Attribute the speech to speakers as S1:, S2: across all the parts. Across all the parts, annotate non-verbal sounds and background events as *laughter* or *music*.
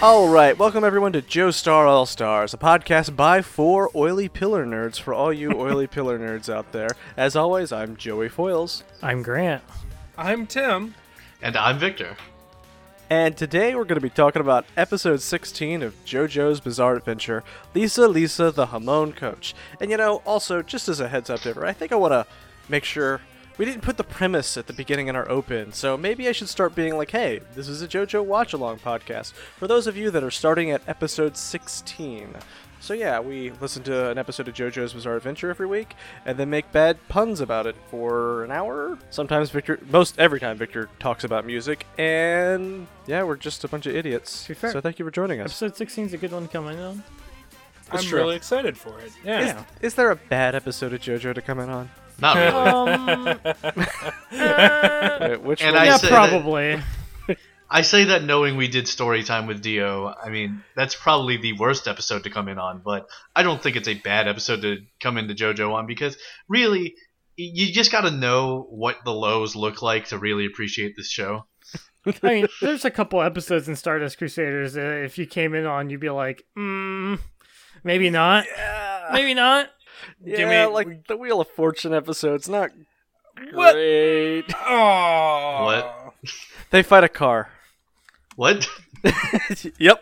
S1: All right, welcome everyone to Joe Star All Stars, a podcast by for oily pillar nerds for all you oily pillar nerds out there. As always, I'm Joey Foils,
S2: I'm Grant.
S3: I'm Tim.
S4: And I'm Victor.
S1: and today we're going to be talking about episode 16 of JoJo's Bizarre Adventure, Lisa Lisa the Hamon Coach. And you know, also just as a heads up, to everyone, I think I want to make sure we didn't put the premise at the beginning in our open, so maybe I should start being like, hey, this is a JoJo watch along podcast for those of you that are starting at episode 16. So yeah, we listen to an episode of JoJo's Bizarre Adventure every week, and then make bad puns about it for an hour. Sometimes Victor, most every time Victor talks about music, and yeah, we're just a bunch of idiots.
S2: be fair.
S1: So thank you for joining us.
S2: Episode 16 is a good one coming on.
S3: I'm
S1: true.
S3: really excited for it.
S1: Is,
S3: Yeah.
S1: is there a bad episode of JoJo to comment on?
S4: Not really.
S2: Um,
S1: Wait, which
S4: And
S1: one?
S4: I
S2: yeah,
S4: say that-
S2: probably.
S4: I say that knowing we did story time with Dio. I mean, that's probably the worst episode to come in on, but I don't think it's a bad episode to come into JoJo on because really, y- you just got to know what the lows look like to really appreciate this show.
S2: I mean, there's a couple episodes in Stardust Crusaders. Uh, if you came in on, you'd be like, mm, maybe not. Maybe not.
S1: yeah,
S3: me-
S1: like the Wheel of Fortune episode's not
S3: What?
S1: great.
S3: Oh. *laughs*
S4: What?
S1: They fight a car.
S4: What? *laughs*
S1: yep.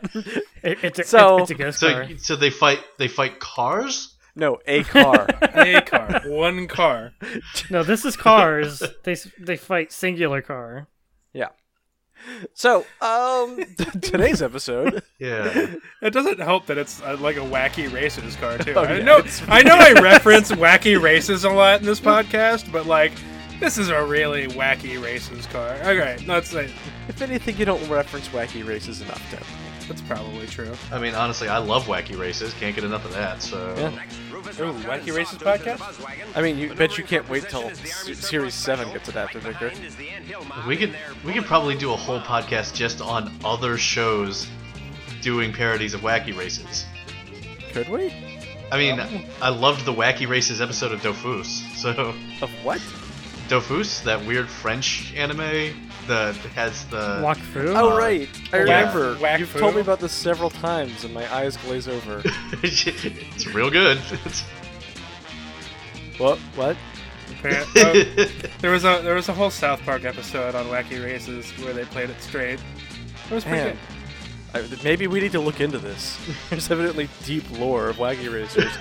S2: It, it's, a,
S1: So-
S2: it's a ghost
S4: So,
S2: car.
S1: *laughs*
S4: so they fight they fight cars?
S1: No, a car.
S3: A car. One car.
S2: No, this is cars. they s- they fight singular car.
S1: so, um, today's episode.
S4: Yeah.
S3: It doesn't help that it's uh, like a wacky races car too.
S1: Oh,
S3: I
S1: yeah,
S3: know.
S1: it's-
S3: I know. I
S1: *laughs*
S3: reference wacky races a lot in this podcast, but like, this is a really wacky races car. Okay, that's it.
S1: If anything, you don't reference wacky races enough, Tim.
S3: That's probably true.
S4: I mean, honestly, I love wacky races. Can't get enough of that. So
S1: Yeah.
S3: Ooh, Wacky Races podcast?
S1: I mean, you bet you cancan't wait till se- Series 7 gets adapted, Victor.
S4: we could we could probably do a whole podcast just on other shows doing parodies of wacky races.
S1: Could we?
S4: I mean, I loved the Wacky Races episode of Dofus. So, *laughs*
S1: Of what?
S4: Dofus, that weird French anime that has the.
S2: Walk through.
S1: Oh, right. I
S4: Whack-
S1: remember.
S3: whack
S1: You've
S3: foo.
S1: told me about this several times, and my eyes glaze
S3: *laughs*
S1: over.
S4: *laughs* it's real good. *laughs* It's-
S1: what? What?
S3: *laughs* Appar-
S1: *laughs*
S3: oh, there was a there was a whole South Park episode on wacky races where they played it straight. It was pretty
S1: Man. I, maybe we need to look into this. There's evidently deep lore of Waggy
S3: *laughs*
S1: Racers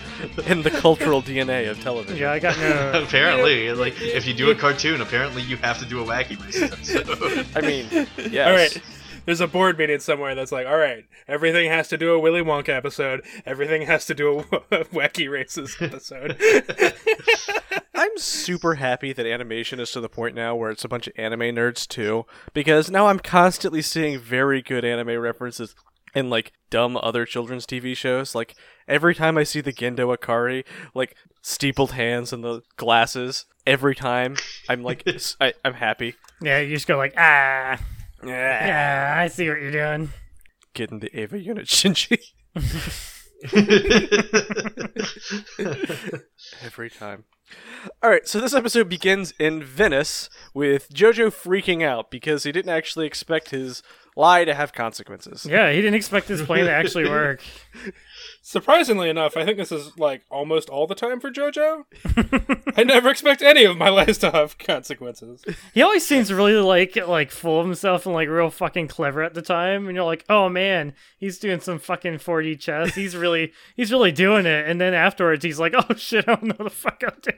S1: in the cultural DNA of television.
S2: Yeah, I got no.
S4: *laughs* apparently, like if you do a cartoon, apparently you have to do a Wacky Races episode. *laughs*
S1: I mean, yes.
S3: good. *laughs* All right. There's a board meeting somewhere that's like, all right, everything has to do a Willy Wonka episode. Everything has to do a *laughs* wacky races episode.
S1: *laughs* I'm super happy that animation is to the point now where it's a bunch of anime nerds too, because now I'm constantly seeing very good anime references in like dumb other children's TV shows. Like every time I see the Gendo Akari, like steepled hands and the glasses, every time I'm *laughs* like, s- I, am happy.
S2: Yeah, you just go like, ah,
S1: Yeah.
S2: yeah, I see what you're doing.
S1: Getting the Ava unit, *laughs* Shinji. Every time. All right, so this episode begins in Venice with JoJo freaking out because he didn't actually expect his lie to have consequences.
S2: Yeah, he didn't expect this plane to actually work.
S3: Surprisingly enough, I think this is like almost all the time
S1: *laughs*
S3: for JoJo. I never expect any of my *laughs* lies to have consequences.
S2: He always seems really like like full of himself and like real fucking clever at the time, and you're like, oh man, he's doing some fucking 4D chess. He's really he's really doing it. And then afterwards, he's like, oh *laughs* shit, I don't know what the fuck I'm doing.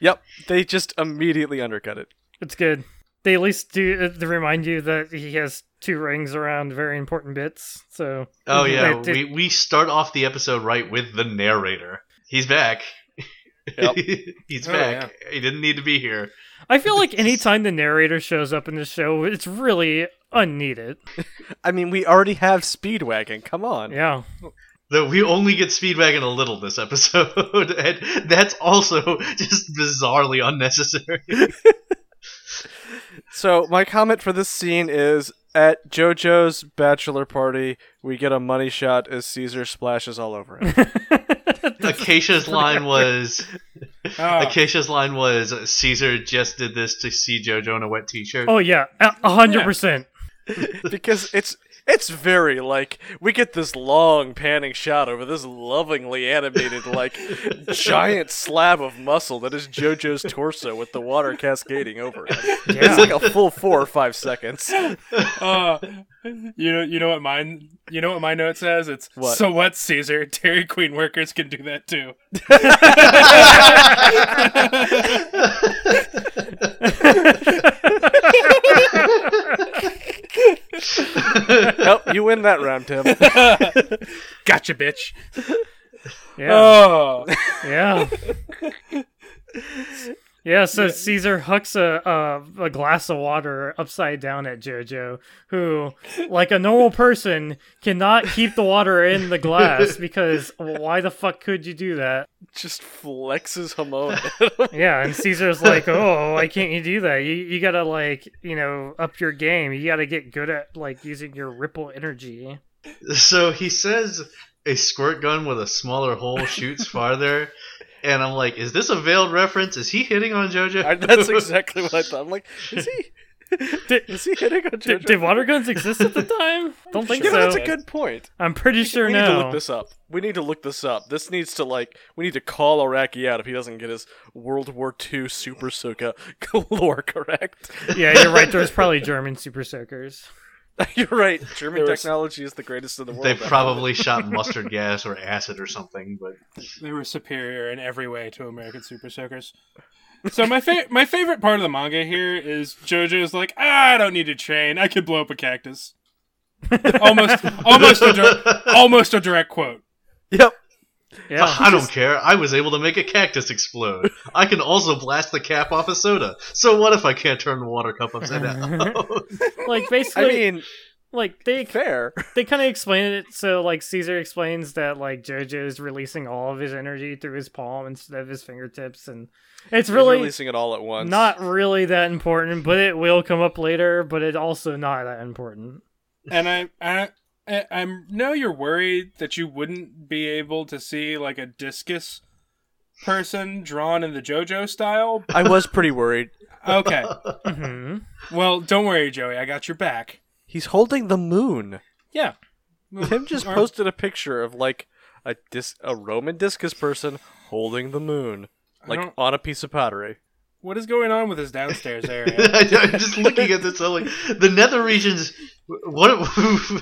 S1: Yep, they just immediately undercut it.
S2: It's good. They at least do uh, they remind you that he has two rings around very important bits. So
S4: oh yeah,
S2: *laughs* They-
S4: we we start off the episode right with the narrator. He's back.
S1: Yep.
S4: *laughs* He's
S3: Oh,
S4: back. He didn't need to be here.
S2: I feel like anytime the narrator shows up in the show, it's really unneeded.
S1: I mean, we already have Speedwagon. Come on.
S2: Yeah. *laughs*
S4: Though we only get Speedwagon a little this episode, *laughs* and that's also just bizarrely unnecessary.
S1: So my comment for this scene is at JoJo's bachelor party, we get a money shot as Caesar splashes all over *laughs* him.
S4: Acacia's line was
S3: Ah,
S4: Acacia's line was Caesar just did this to see JoJo in a wet t-shirt.
S2: Oh yeah, a a hundred percent.
S1: because it's It's very like we get this long panning shot over this lovingly animated *laughs* like giant slab of muscle that is JoJo's torso with the water cascading over *laughs* it. It's like a full four or five *laughs* seconds.
S3: Uh, you know, you know what mine, you know what my note says. It's
S1: What?
S3: so what, Caesar. Dairy Queen workers can do that too.
S1: Nope, you win that round, *laughs* Tim.
S3: Gotcha, bitch.
S2: Yeah.
S3: Oh,
S2: *laughs* Yeah. Yeah, so Caesar hooks a, a a glass of water upside down at JoJo, who, like a normal person, cannot keep the water in the *laughs* glass because why the fuck could you do that?
S1: Just flexes Hamon.
S2: Yeah, and Caesar's like, oh, why can't you do that? You you gotta like you know up your game. You gotta get good at like using your ripple energy.
S4: so he says a squirt gun with a smaller hole shoots farther, and I'm like, is this a veiled reference? Is he hitting on
S1: *laughs*
S4: JoJo?
S1: I- That's exactly what I thought. I'm like, is he? *laughs* Is he hitting on JoJo?
S2: *laughs* Did, did water guns exist at the time? *laughs* Don't think
S1: you know,
S2: so.
S1: that's
S2: *laughs*
S1: a good point.
S2: I'm pretty sure
S1: we
S2: no.
S1: need to look this up. We need to look this up. This needs to like we need to call Iraqi out if he doesn't get his World War II Super *laughs* Soka lore correct. *laughs*
S2: yeah, you're right. There's probably German super *laughs* soakers.
S1: You're right. German
S3: There was-
S1: technology is the greatest in the world.
S4: they probably shot mustard gas or acid or something, but
S3: they were superior in every way to American Super Soakers. So my fa- my favorite part of the manga here is JoJo's like, "Ah, I don't need to train. I could blow up a cactus. almost, almost a dir- almost a direct quote.
S1: Yep.
S2: Yeah.
S4: I don't care. I was able to make a cactus explode. I can also blast the cap off a soda. So what if I can't turn the water cup
S2: *laughs*
S4: upside down? *laughs*
S1: *laughs*
S2: like
S1: I
S2: basically
S1: mean,
S2: like they
S1: fair.
S2: they kind of explain it so like caesar explains that like jojo is releasing all of his energy through his palm instead of his fingertips and it's
S1: Really
S2: really
S1: releasing it all at once.
S2: not really that important but it will come up later but it also not that important
S3: and I, I, I, I know you're worried that you wouldn't be able to see like a discus person drawn in the JoJo style.
S1: I was pretty worried.
S3: Okay,
S2: Mhm.
S3: well, don't worry, Joey. I got your back.
S1: He's holding the moon.
S3: Yeah,
S1: Tim just
S3: Or-
S1: posted a picture of like a dis- a Roman discus person holding the moon,
S3: I
S1: like
S3: don't-
S1: on a piece of
S2: *laughs*
S1: pottery.
S3: What is going on with this downstairs area?
S4: I, am just looking at this. I'm like, the nether regions. What?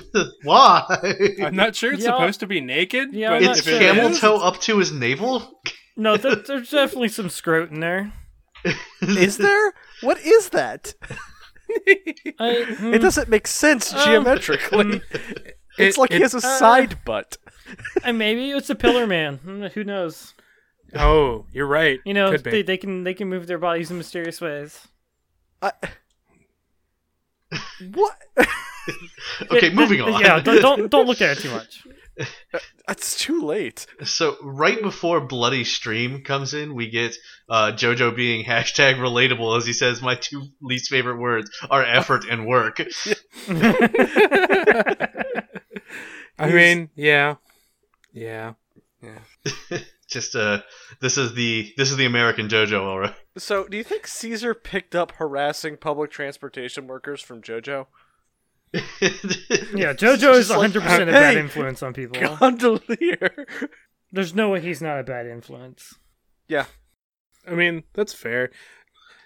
S4: *laughs* why?
S2: *laughs*
S3: I'm not sure it's
S2: Yeah.
S3: supposed to be naked.
S2: Yeah,
S3: but
S2: I'm not
S4: It's
S3: if it
S2: sure.
S4: camel
S3: is-
S4: toe up to his navel.
S2: no
S1: *laughs*
S2: th- there's definitely some scrotum there
S1: Is there? What is that?
S2: I,
S1: It
S2: mm,
S1: doesn't make sense
S2: Um,
S1: geometrically. *laughs* it's
S3: it-
S1: like he
S3: it-
S1: has a
S2: uh,
S1: side butt.
S2: uh, maybe it's a pillar man Mm, who knows
S3: Oh, you're right.
S2: you know
S3: Could be.
S2: they, they can they can move their bodies in mysterious ways
S1: I... What?
S4: Okay,
S2: It-
S4: moving on.
S2: yeah don't don't- don't look at it too much
S4: *laughs*
S1: It's too late.
S4: So right before Bloody Stream comes in, we get uh, JoJo being hashtag relatable as he says, "My two least favorite words are effort and work."
S3: I mean, yeah, yeah.
S4: Just uh, this is the this is the American JoJo, all right.
S1: *laughs* So, do you think Caesar picked up harassing public transportation workers from JoJo?
S2: Yeah, JoJo is
S1: just like,
S2: 100% a bad
S1: "Hey,
S2: influence on people.
S1: *laughs* Gondolier.
S2: There's no way he's not a bad influence.
S3: I mean, that's fair.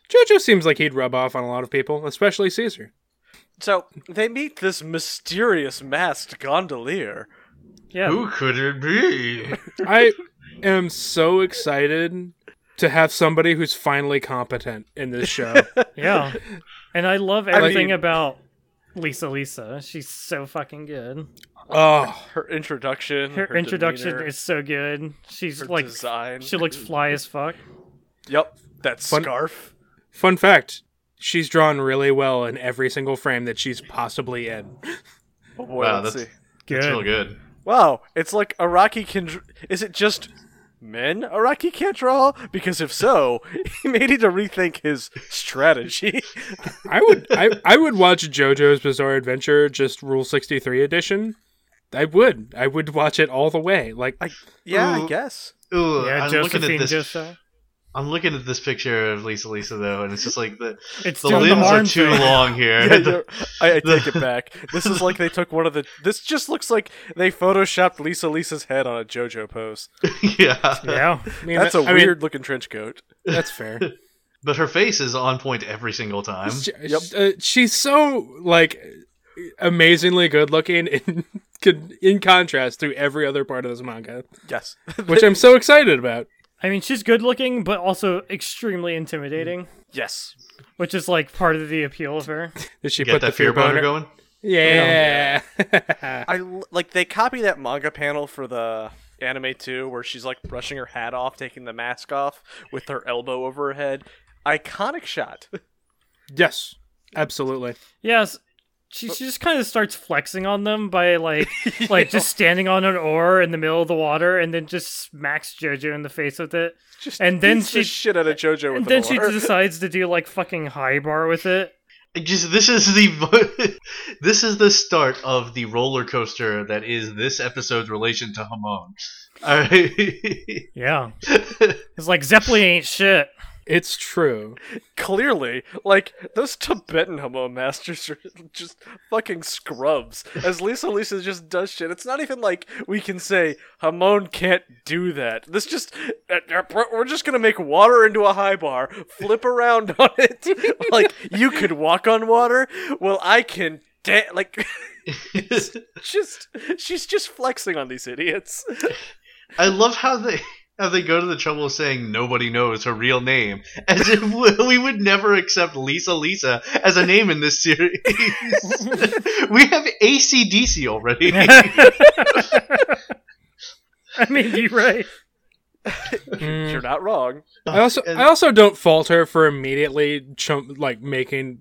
S3: JoJo seems like he'd rub off on a lot of people, especially Caesar.
S1: So they meet this mysterious masked gondolier.
S2: Yeah.
S4: Who could it be?
S2: *laughs*
S3: I am so excited to have somebody who's finally competent in this show.
S2: *laughs*
S4: *laughs*
S2: Yeah. And I love everything
S3: mean-
S2: about Lisa Lisa. She's so fucking good.
S3: oh,
S1: Her introduction.
S2: Her, introduction
S1: demeanor,
S2: is so good. She's
S1: her
S2: like
S1: design.
S2: she looks fly as fuck.
S1: Yep, that
S3: Fun-
S1: scarf.
S3: fun fact. She's drawn really well in every single frame that she's possibly in.
S1: Oh boy,
S4: Wow,
S1: let's
S4: that's-
S1: see.
S2: Good.
S4: It's real good.
S1: Wow, it's like Araki can. dr- Is it just men Araki can't draw? Because if so, *laughs* he may need to rethink his strategy. *laughs*
S3: I would I, I would watch JoJo's Bizarre Adventure just Rule 63 edition. I would. I would watch it all the way. Like
S1: I, yeah, I
S4: Ooh.
S1: guess. *laughs*
S4: Ooh,
S2: Yeah,
S4: I'm looking
S2: Josephine
S4: *laughs* at this
S2: Joseph.
S4: I'm looking at this picture of Lisa Lisa though, and it's just like the
S2: It's
S4: the
S2: doing the
S4: limbs are
S2: horn
S4: too
S2: thing.
S4: long here.
S1: Yeah,
S4: The-
S1: you're- I, I take it back. This is like they took one of the. This just looks like they photoshopped Lisa Lisa's head on a JoJo pose.
S4: *laughs* yeah.
S2: Yeah.
S3: I mean,
S1: That's a
S3: I mean,
S1: weird looking trench coat.
S3: that's fair.
S4: But her face is on point every single time.
S3: She-
S1: *laughs* Yep.
S3: uh, she's so like amazingly good looking in *laughs* could in contrast to every other part of this manga,
S1: Yes.
S3: which I'm so excited about.
S2: I mean, she's good looking, but also extremely intimidating,
S1: yes.
S2: which is like part of the appeal of her.
S3: Did she
S4: You
S3: put
S4: get
S3: the
S4: that fear boner going? Oh,
S3: Yeah. *laughs*
S1: I l- like they copy that manga panel for the anime too, where she's like brushing her hat off, taking the mask off with her elbow over her head. Iconic shot. *laughs*
S3: yes. Absolutely.
S2: Yes. She, she just kind of starts flexing on them by
S4: *laughs*
S2: like like just standing on an oar in the middle of the water and then just smacks Jojo in the face with it.
S1: Just
S2: And then
S1: beats the
S2: she-
S1: shit out of JoJo with an
S2: And then she
S1: oar.
S2: decides to do like fucking high bar with it.
S4: It Just this is the *laughs* this is the start of the roller coaster that is this episode's relation to Hamon. All right. *laughs*
S2: Yeah. It's like Zeppeli ain't shit. *laughs*
S3: It's
S4: *laughs*
S3: true.
S1: clearly like those tibetan homo masters are *laughs* just fucking scrubs as lisa lisa just does shit it's not even like we can say hamon can't do that this just uh, we're just gonna make water into a high bar flip around *laughs* on it like you could walk on water well i can da- like *laughs* just she's just flexing on these idiots
S4: I love how they *laughs* how they go to the trouble of saying nobody knows her real name, as if *laughs* we- we would never accept Lisa Lisa as a name in this series. *laughs* we have ACDC already. *laughs*
S2: I mean, you're right. Hmm.
S3: Mm.
S1: you're not wrong
S3: I also
S4: And-
S3: I also don't fault her for immediately chump like making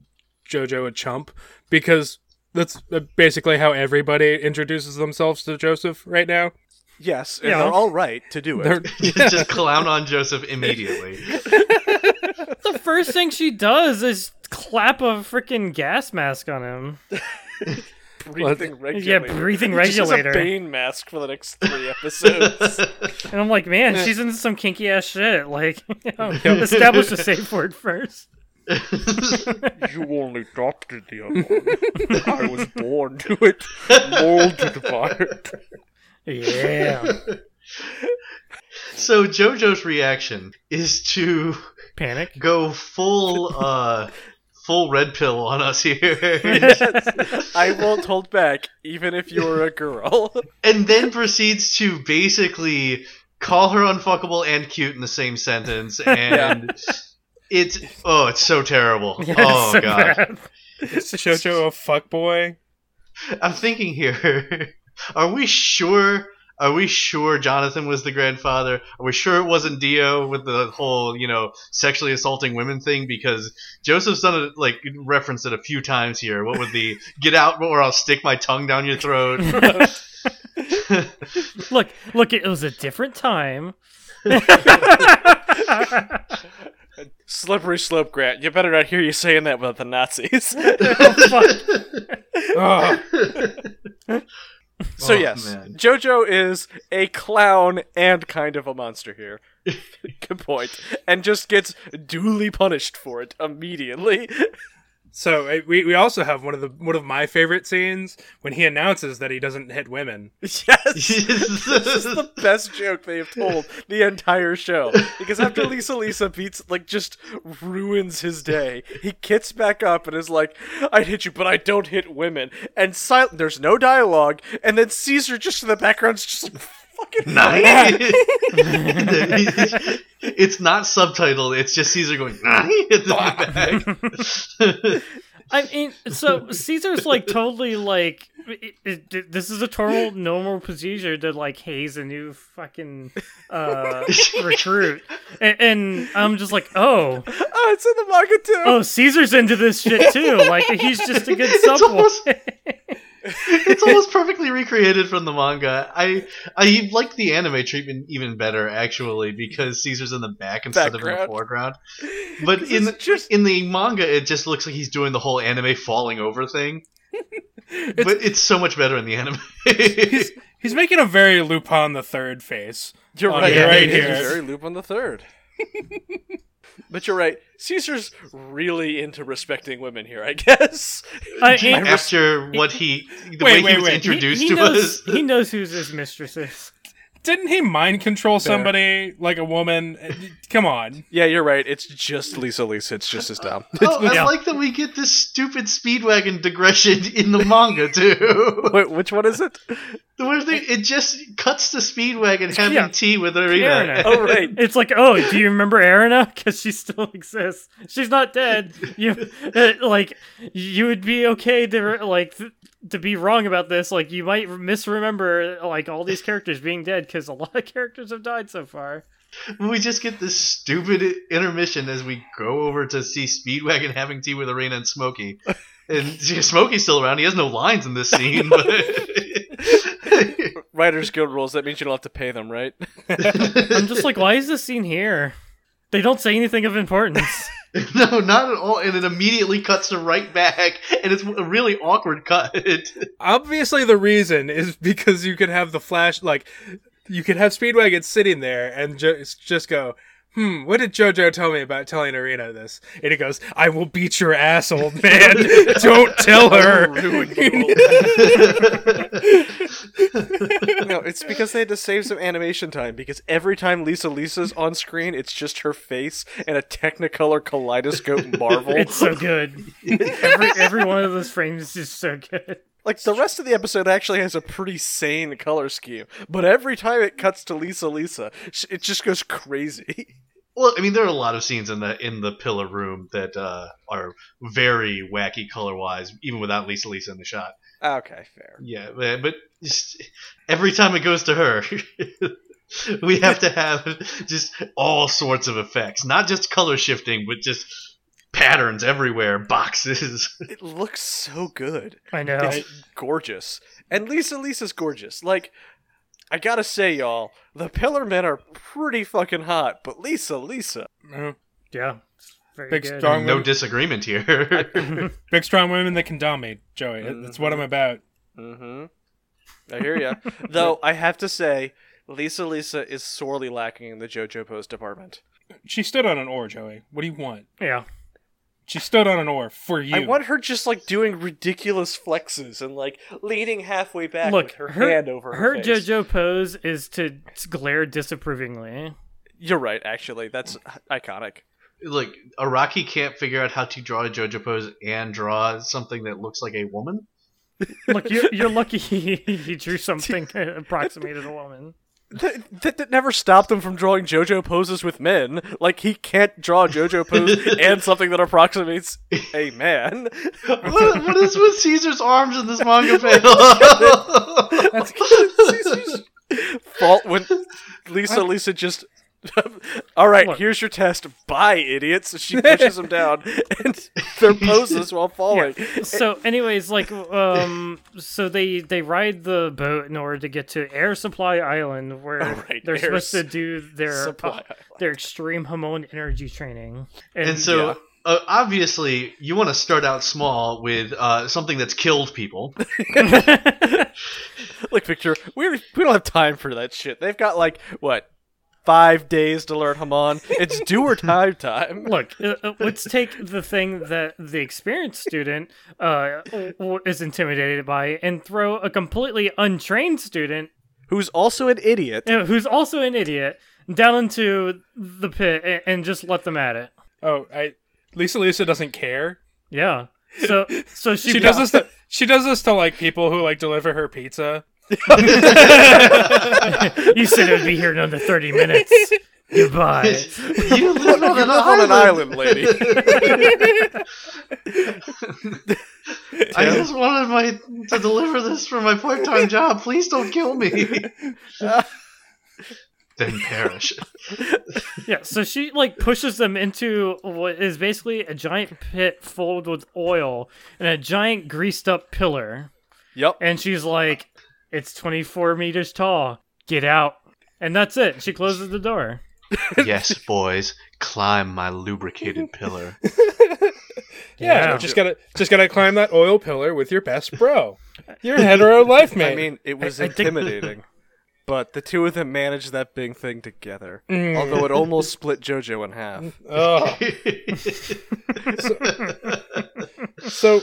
S3: JoJo a chump because that's basically how everybody introduces themselves to Joseph right now.
S1: yes and
S2: Yeah.
S1: they're all right to do it
S3: They're-
S4: Just clown on Joseph immediately. *laughs*
S2: The first thing she does is clap a freaking gas mask on him.
S1: breathing
S2: Yeah,
S1: regulator.
S2: breathing
S1: He just has
S2: regulator.
S1: a Bane mask for the next three episodes.
S4: *laughs*
S2: And I'm like, man, she's into some kinky ass shit. Like, *laughs* you know, establish a safe word first.
S1: you only adopted the other one. I was born to it, molded by it.
S2: Yeah.
S4: so JoJo's reaction is to
S2: Panic. *laughs*
S4: go full uh full red pill on
S2: *laughs*
S4: us here. *laughs*
S1: Yes, I won't hold back, even if you're a girl.
S4: and then proceeds to basically call her unfuckable and cute in the same sentence and it's oh it's so terrible
S2: Yeah, it's
S4: oh
S2: so
S4: god
S2: bad.
S3: Is JoJo a fuckboy?
S4: i'm thinking here *laughs* are we sure are we sure jonathan was the grandfather are we sure it wasn't dio with the whole you know sexually assaulting women thing because joseph's done it like referenced it a few times here what would the get out or i'll stick my tongue down your throat *laughs*
S2: Look, look, it was a different time. *laughs*
S1: Slippery slope, Grant. You better not hear you saying that about the *laughs* Nazis.
S3: Ugh.
S1: so
S4: Oh,
S1: yes,
S4: man.
S1: JoJo is a clown and kind of a monster here. *laughs* Good point. And just gets duly punished for it immediately. *laughs*
S3: So uh, we, we also have one of the one of my favorite scenes when he announces that he doesn't hit women.
S1: yes. this is the best joke they have told the entire show. Because after Lisa Lisa beats, like, just ruins his day, he gets back up and is like, I'd hit you, but I don't hit women. And sil- there's no dialogue. And then Caesar, just in the background, is just like, *laughs* fucking.
S4: Nice. it's not subtitled. It's just Caesar going *laughs* "Nice" at the
S2: I mean, so Caesar's like totally like it, it, it- this is a total normal procedure to like haze a new fucking uh, recruit, and, and I'm just like, oh,
S1: Oh, it's in the manga too.
S2: oh, Caesar's into this shit too. Like he's just a good sub.
S4: almost- it's almost perfectly recreated from the manga. I I like the anime treatment even better actually because Caesar's in the back instead of in
S1: Background.
S4: the foreground. But
S1: 'Cause
S4: in
S1: it's just-
S4: in the manga, it just looks like he's doing the whole anime falling over thing. but it's so much better in the anime.
S3: He's he's making a very Lupin the Third face.
S1: You're
S3: Oh,
S1: right.
S2: yeah,
S1: right
S2: right
S1: here.
S3: here.
S1: Very loop on the third. *laughs* But you're right. Caesar's really into respecting women here, I guess. *laughs*
S2: I- I-
S4: *laughs* After what he, the
S3: Wait, wait,
S4: way he was
S3: wait. He-
S2: He-
S4: introduced
S2: he
S4: to
S2: knows,
S4: us,
S2: He knows who's his mistress is.
S3: Didn't he mind control somebody like a woman? Uh, Come on.
S1: yeah, you're right. It's just Lisa Lisa. It's just as dumb.
S4: oh, I
S2: Yeah.
S4: like that we get this stupid speedwagon digression *laughs* in the manga
S1: *laughs*
S4: too.
S1: *laughs* Wait, which one is it?
S4: the weird thing, it just cuts to speedwagon having
S2: Yeah.
S4: tea with
S2: Irina.
S4: Arena.
S1: *laughs* Oh, right.
S2: It's like, oh, do you remember *laughs* Erina? Because she still exists. She's not dead. You *laughs* uh, like, you would be okay to like th- to be wrong about this. Like, you might misremember like all these characters being dead because a *laughs* lot of characters have died so far.
S4: *laughs* We just get this stupid intermission as we go over to see Speedwagon having tea with Arena and Smokey. And Smokey's still around. He has no lines in this scene, but *laughs*
S1: Writers Guild rules. That means you don't have to pay them, right? *laughs*
S2: I'm just like, why is this scene here? They don't say anything of
S3: *laughs*
S2: importance.
S4: no, not at all. And it immediately cuts to right back, and it's a really awkward cut.
S3: Obviously, the reason is *laughs* because you could have the flash, like, you could have Speedwagon sitting there and jo- just go, hmm, what did JoJo tell me about telling Arena this? And he goes, I will beat your ass, old man. *laughs* Don't tell her. *laughs*
S1: No, it's because they had to save some animation time. Because every time Lisa Lisa's on screen, it's just her face and a Technicolor *laughs* kaleidoscope marvel.
S2: It's so good. Every every one of those frames is just so good.
S1: like the rest of the episode actually has a pretty sane color scheme, but every time it cuts to Lisa Lisa, sh- it just goes crazy. *laughs*
S4: well, I mean, there are a lot of scenes in the in the pillar room that uh, are very wacky color wise, even without Lisa Lisa in the shot.
S1: okay, fair.
S4: Yeah, but, but just, every time it goes to her, *laughs* we have to have just all sorts of effects, not just color shifting, but just patterns everywhere, boxes. *laughs*
S1: It looks so good.
S2: I know.
S1: It's gorgeous. And Lisa Lisa's gorgeous. Like I got to say y'all, the Pillar Men are pretty fucking hot, but Lisa Lisa,
S3: Oh,
S2: yeah. It's Very
S3: Big
S2: good.
S3: strong-
S4: No disagreement here. *laughs*
S3: Big, strong women that can dominate, Joey. That's what I'm about.
S1: mhm. I hear *laughs* ya. Though I have to say Lisa Lisa is sorely lacking in the JoJo pose department.
S3: She stood on an oar, Joey. What do you want?
S2: Yeah.
S3: She stood on an oar for you.
S1: I want her just like doing ridiculous flexes and like leaning halfway back
S2: Look,
S1: with her,
S2: her-
S1: hand over her,
S2: Her
S1: face.
S2: JoJo pose is to glare disapprovingly.
S1: You're right, actually. That's iconic.
S4: Look, Araki can't figure out how to draw a JoJo pose and draw something that looks like a woman.
S2: Look, you're, you're lucky *laughs* he
S1: *laughs*
S2: drew something that approximated a woman.
S1: That, that, that never stopped him from drawing JoJo poses with men. Like he can't draw a JoJo *laughs* pose and something that approximates a man.
S4: What, what is with Caesar's arms in this
S1: *laughs*
S4: manga panel?
S1: That's fault when Lisa Lisa just. *laughs* All right,
S2: Look.
S1: here's your test. Bye, idiots. *laughs* She pushes them down, and *laughs* their poses while falling.
S2: So, anyways, like, um, so they they ride the boat in order to get to Air Supply Island, where
S1: Oh, right,
S2: they're
S1: Air
S2: supposed to
S1: Sup-
S2: do their uh,
S1: Supply.
S2: their extreme hormone energy training.
S4: And so,
S1: Yeah.
S4: uh, obviously, you want to start out small with uh, something that's killed *laughs* people.
S1: *laughs* Look, Victor, we we don't have time for that shit. They've got like what five days to learn Haman. It's do or time time.
S2: Look, uh, uh, let's take the thing that the experienced student
S1: *laughs*
S2: uh, w- w- is intimidated by and throw a completely untrained student
S1: *laughs* Who's also an idiot?
S2: uh, who's also an idiot down into the pit and, and just let them at it.
S3: Oh, I, Lisa Lisa doesn't care.
S2: Yeah. So so she,
S3: She does this. To, she does this to like people who like deliver her pizza.
S2: *laughs* You said it would be here in under 30 minutes. Goodbye.
S4: you live on,
S1: *laughs* You're
S4: an,
S1: not on an island, lady. *laughs*
S4: I just wanted my to deliver this for my part-time job. Please don't kill me. *laughs* then *laughs* perish.
S2: Yeah, so she like pushes them into what is basically a giant pit filled with oil and a giant greased up pillar.
S1: Yep.
S2: and she's like, "It's 24 meters tall. Get out." And that's it. She closes the door.
S4: Yes, boys, climb my lubricated pillar. *laughs*
S3: Yeah,
S2: Yeah.
S3: just gotta just gotta climb that *laughs* oil pillar with your best bro, your hetero life mate.
S1: I mean, it was
S2: I- I
S1: *laughs*
S2: think-
S1: intimidating. but the two of them managed that big thing together. Although it almost split JoJo in *laughs* half.
S3: Ugh. So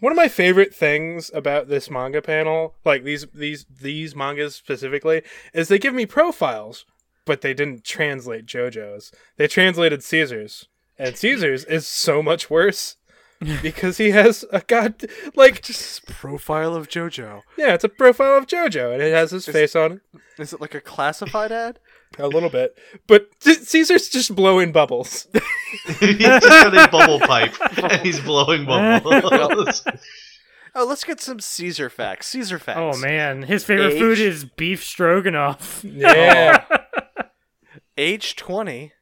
S3: one of my favorite things about this manga panel, like these these these mangas specifically, is they give me profiles, but they didn't translate JoJo's. They translated Caesar's, and Caesar's is so much *laughs* worse because he has a god like
S1: Just profile of JoJo.
S3: yeah, it's a profile of JoJo, and it has his face on it
S1: Is it like a classified ad?
S3: a little bit, but C- Caesar's just blowing bubbles.
S4: he's got a bubble pipe and he's blowing *laughs* bubbles.
S1: Oh, let's get some Caesar facts. Caesar facts.
S2: Oh man, his favorite
S1: Age?
S2: food is beef stroganoff. *laughs*
S3: *laughs* Yeah,
S1: Age *laughs* 20.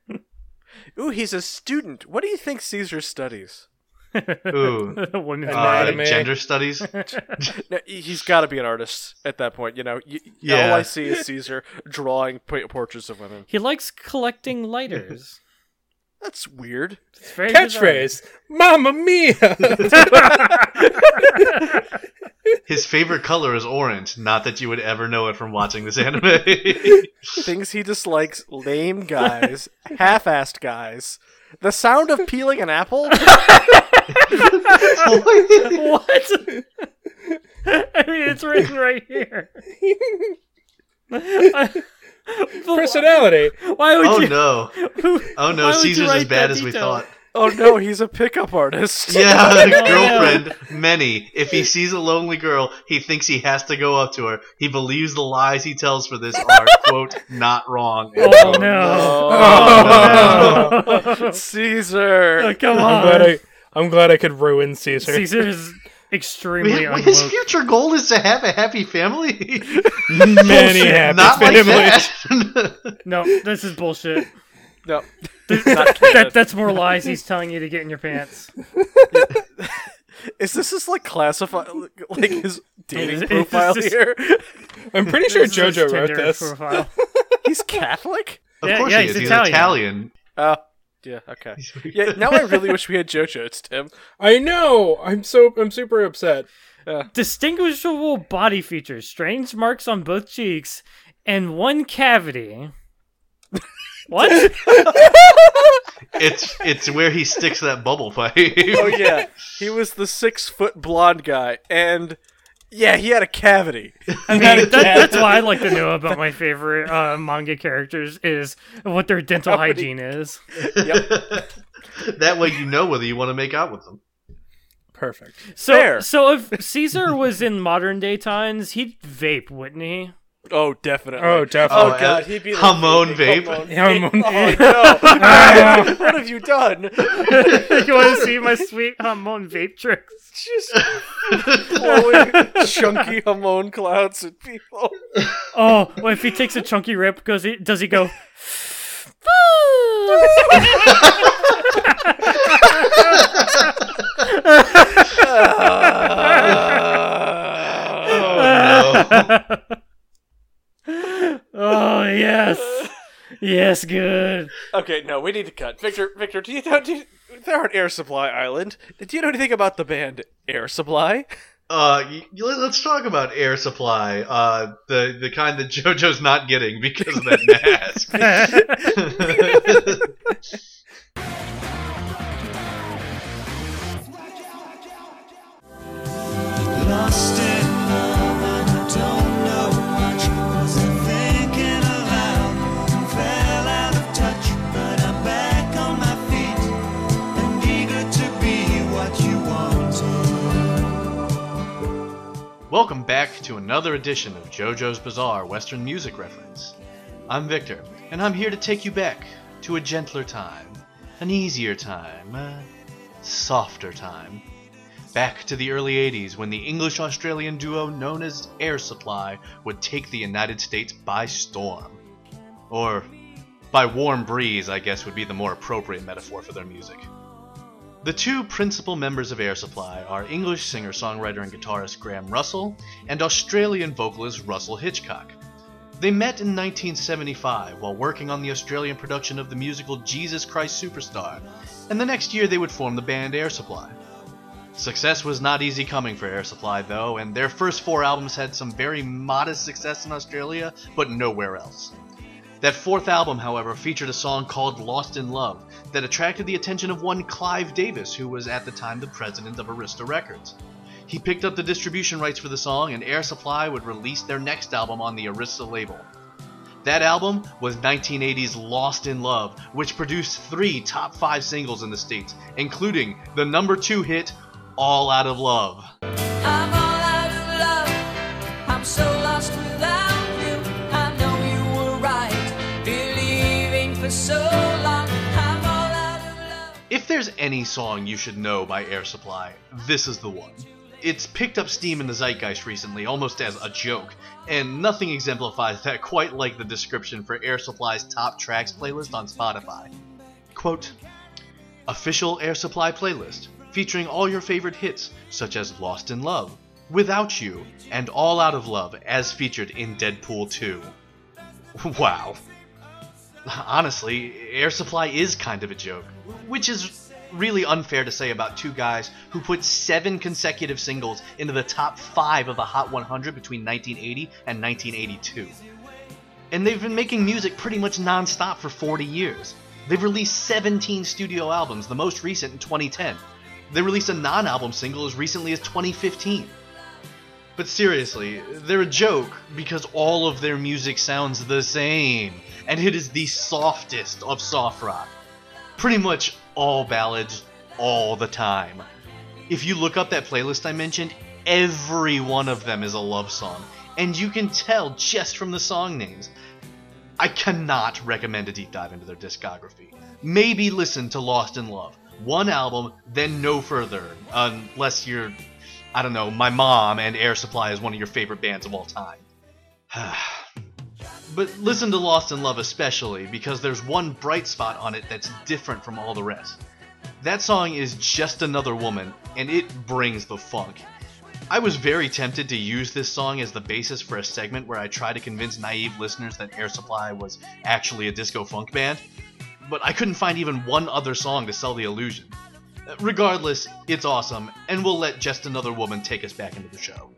S1: Ooh, he's a student. What do you think Caesar studies?
S4: Ooh.
S2: Women's
S4: Uh,
S3: Anatomy.
S2: *laughs*
S4: gender studies.
S1: No, he- he's got to be an artist at that point. You know, Y y-
S4: Yeah.
S1: all I see is Caesar drawing pa- portraits of women.
S2: He likes collecting lighters.
S1: That's weird.
S2: It's very
S3: catchphrase, "Mamma mia."
S4: His favorite color is orange. Not that you would ever know it from watching this
S2: *laughs*
S4: anime. *laughs*
S1: Things he dislikes: lame guys, *laughs* half-assed guys, the sound of peeling an apple.
S4: Oh,
S2: bizarre. *laughs* What? I mean, it's written right here. I- But
S3: Personality.
S2: Why would
S4: oh
S2: *laughs* you?
S4: no. *laughs* Oh
S2: why
S4: no,
S2: would you
S4: Caesar's as
S2: write
S4: bad
S2: that
S4: as we
S2: detail? *laughs*
S4: thought.
S1: Oh no, he's a pickup artist.
S4: *laughs* Yeah, girlfriend, many. If
S2: *laughs*
S4: he sees a lonely girl, he thinks he has to go up to her. He believes the lies he tells
S2: *laughs*
S4: for this are, quote, not wrong. end
S2: Oh
S1: *laughs*
S4: quote.
S2: no!
S3: Oh,
S2: Oh, *laughs*
S1: Caesar.
S2: Come
S3: I'm glad
S2: on,
S3: I, I'm glad I could ruin Caesar.
S2: Caesar is extremely
S4: Man, *laughs* his
S2: unwoke.
S4: future goal is to have a
S2: *laughs*
S4: happy family.
S3: *laughs*
S4: *laughs*
S3: Many happy
S4: not like
S3: families.
S4: that. *laughs*
S2: No, this is bullshit.
S1: No, not
S2: That,
S1: canon.
S2: that's more lies he's telling you to get in your pants.
S1: *laughs* Is this just like classified, like his
S2: Is-
S1: dating
S2: is
S1: profile
S2: this-
S1: here?
S3: *laughs*
S1: *laughs*
S3: I'm pretty sure
S2: This is his
S3: JoJo wrote
S2: Tinder
S3: this.
S2: profile.
S1: He's Catholic.
S4: of
S2: Yeah,
S4: course
S2: yeah,
S4: he is.
S2: he's
S4: He's
S2: Italian.
S4: Italian.
S1: Oh, yeah. Okay. Yeah. Now I really wish we had JoJo's Tim.
S3: I know. I'm so I'm super upset.
S2: Distinguishable body features, strange marks on both cheeks, and one cavity. What?
S4: It's it's where he sticks that bubble pipe.
S1: Oh yeah, he was the six foot blonde guy, and yeah, he had a cavity.
S2: I mean, that, that's what I'd like to know about my favorite uh, manga characters is what their dental hygiene is.
S4: *laughs* that way you know whether you want to make out with them.
S3: Perfect.
S2: So,
S1: Fair.
S2: so if Caesar was in modern day times, he'd vape, wouldn't he?
S1: Oh, definitely.
S3: Oh,
S1: Oh,
S3: definitely.
S1: god, he'd be like,
S4: Uh, Hamon
S1: "Hey,
S4: vape."
S1: Hamon
S3: Hamon
S1: vape." Oh no!
S3: *laughs*
S1: what have you done?
S2: you want to see my sweet hormone vape tricks?
S1: Just blowing chunky Hamon clouds at
S3: *laughs*
S1: people.
S2: Oh, well, if he takes a chunky rip, goes he, does he go? *laughs*
S4: No.
S2: Oh yes, yes, good.
S1: Okay, no, we need to cut. Victor, Victor, do you know? Do you, they're on Air Supply Island. Do you know anything about the band Air Supply?
S4: Uh, y- y- let's talk about air supply. Uh, the the kind that *laughs* JoJo's not getting because of that mask.
S1: *laughs*
S5: Lost in love and I don't know much. Wasn't thinking aloud, fell out of touch, but I'm back on my feet and eager to be what you want.
S4: Welcome back to another edition of JoJo's Bizarre Western Music Reference. I'm Victor, and I'm here to take you back to a gentler time, an easier time, a softer time. Back to the early 80s when the English Australian duo known as Air Supply would take the United States by storm. Or by warm breeze, I guess would be the more appropriate metaphor for their music. The two principal members of Air Supply are English singer songwriter and guitarist Graham Russell and Australian vocalist Russell Hitchcock. They met in 1975 while working on the Australian production of the musical Jesus Christ Superstar, and the next year they would form the band Air Supply. Success was not easy coming for Air Supply, though, and their first four albums had some very modest success in Australia, but nowhere else. That fourth album, however, featured a song called Lost in Love that attracted the attention of one Clive Davis, who was at the time the president of Arista Records. He picked up the distribution rights for the song, and Air Supply would release their next album on the Arista label. That album was 1980's Lost in Love, which produced three top five singles in the States, including the number two hit All Out of Love.
S6: I'm all out of love. I'm so lost without you. I know you were right, believing for so long. I'm all out of love.
S4: If there's any song you should know by Air Supply, this is the one. It's picked up steam in the zeitgeist recently, almost as a joke, and nothing exemplifies that quite like the description for Air Supply's top tracks playlist on Spotify. Quote Official Air Supply playlist, featuring all your favorite hits, such as Lost in Love, Without You, and All Out of Love, as featured in Deadpool 2. Wow. Honestly, Air Supply is kind of a joke, which is really unfair to say about two guys who put seven consecutive singles into the top five of the Hot 100 between 1980 and 1982. And they've been making music pretty much non-stop for 40 years. They've released 17 studio albums, the most recent in 2010. They released a non-album single as recently as 2015. But seriously, they're a joke because all of their music sounds the same, and it is the softest of soft rock. Pretty much all ballads, all the time. If you look up that playlist I mentioned, every one of them is a love song, and you can tell just from the song names. I cannot recommend a deep dive into their discography. Maybe listen to Lost in Love, one album, then no further, unless you're, I don't know, my mom and Air Supply is one of your favorite bands of all time. *sighs* but listen to Lost in Love especially, because there's one bright spot on it that's different from all the rest. That song is Just Another Woman, and it brings the funk. I was very tempted to use this song as the basis for a segment where I try to convince naive listeners that Air Supply was actually a disco funk band, but I couldn't find even one other song to sell the illusion. Regardless, it's awesome, and we'll let Just Another Woman take us back into the show.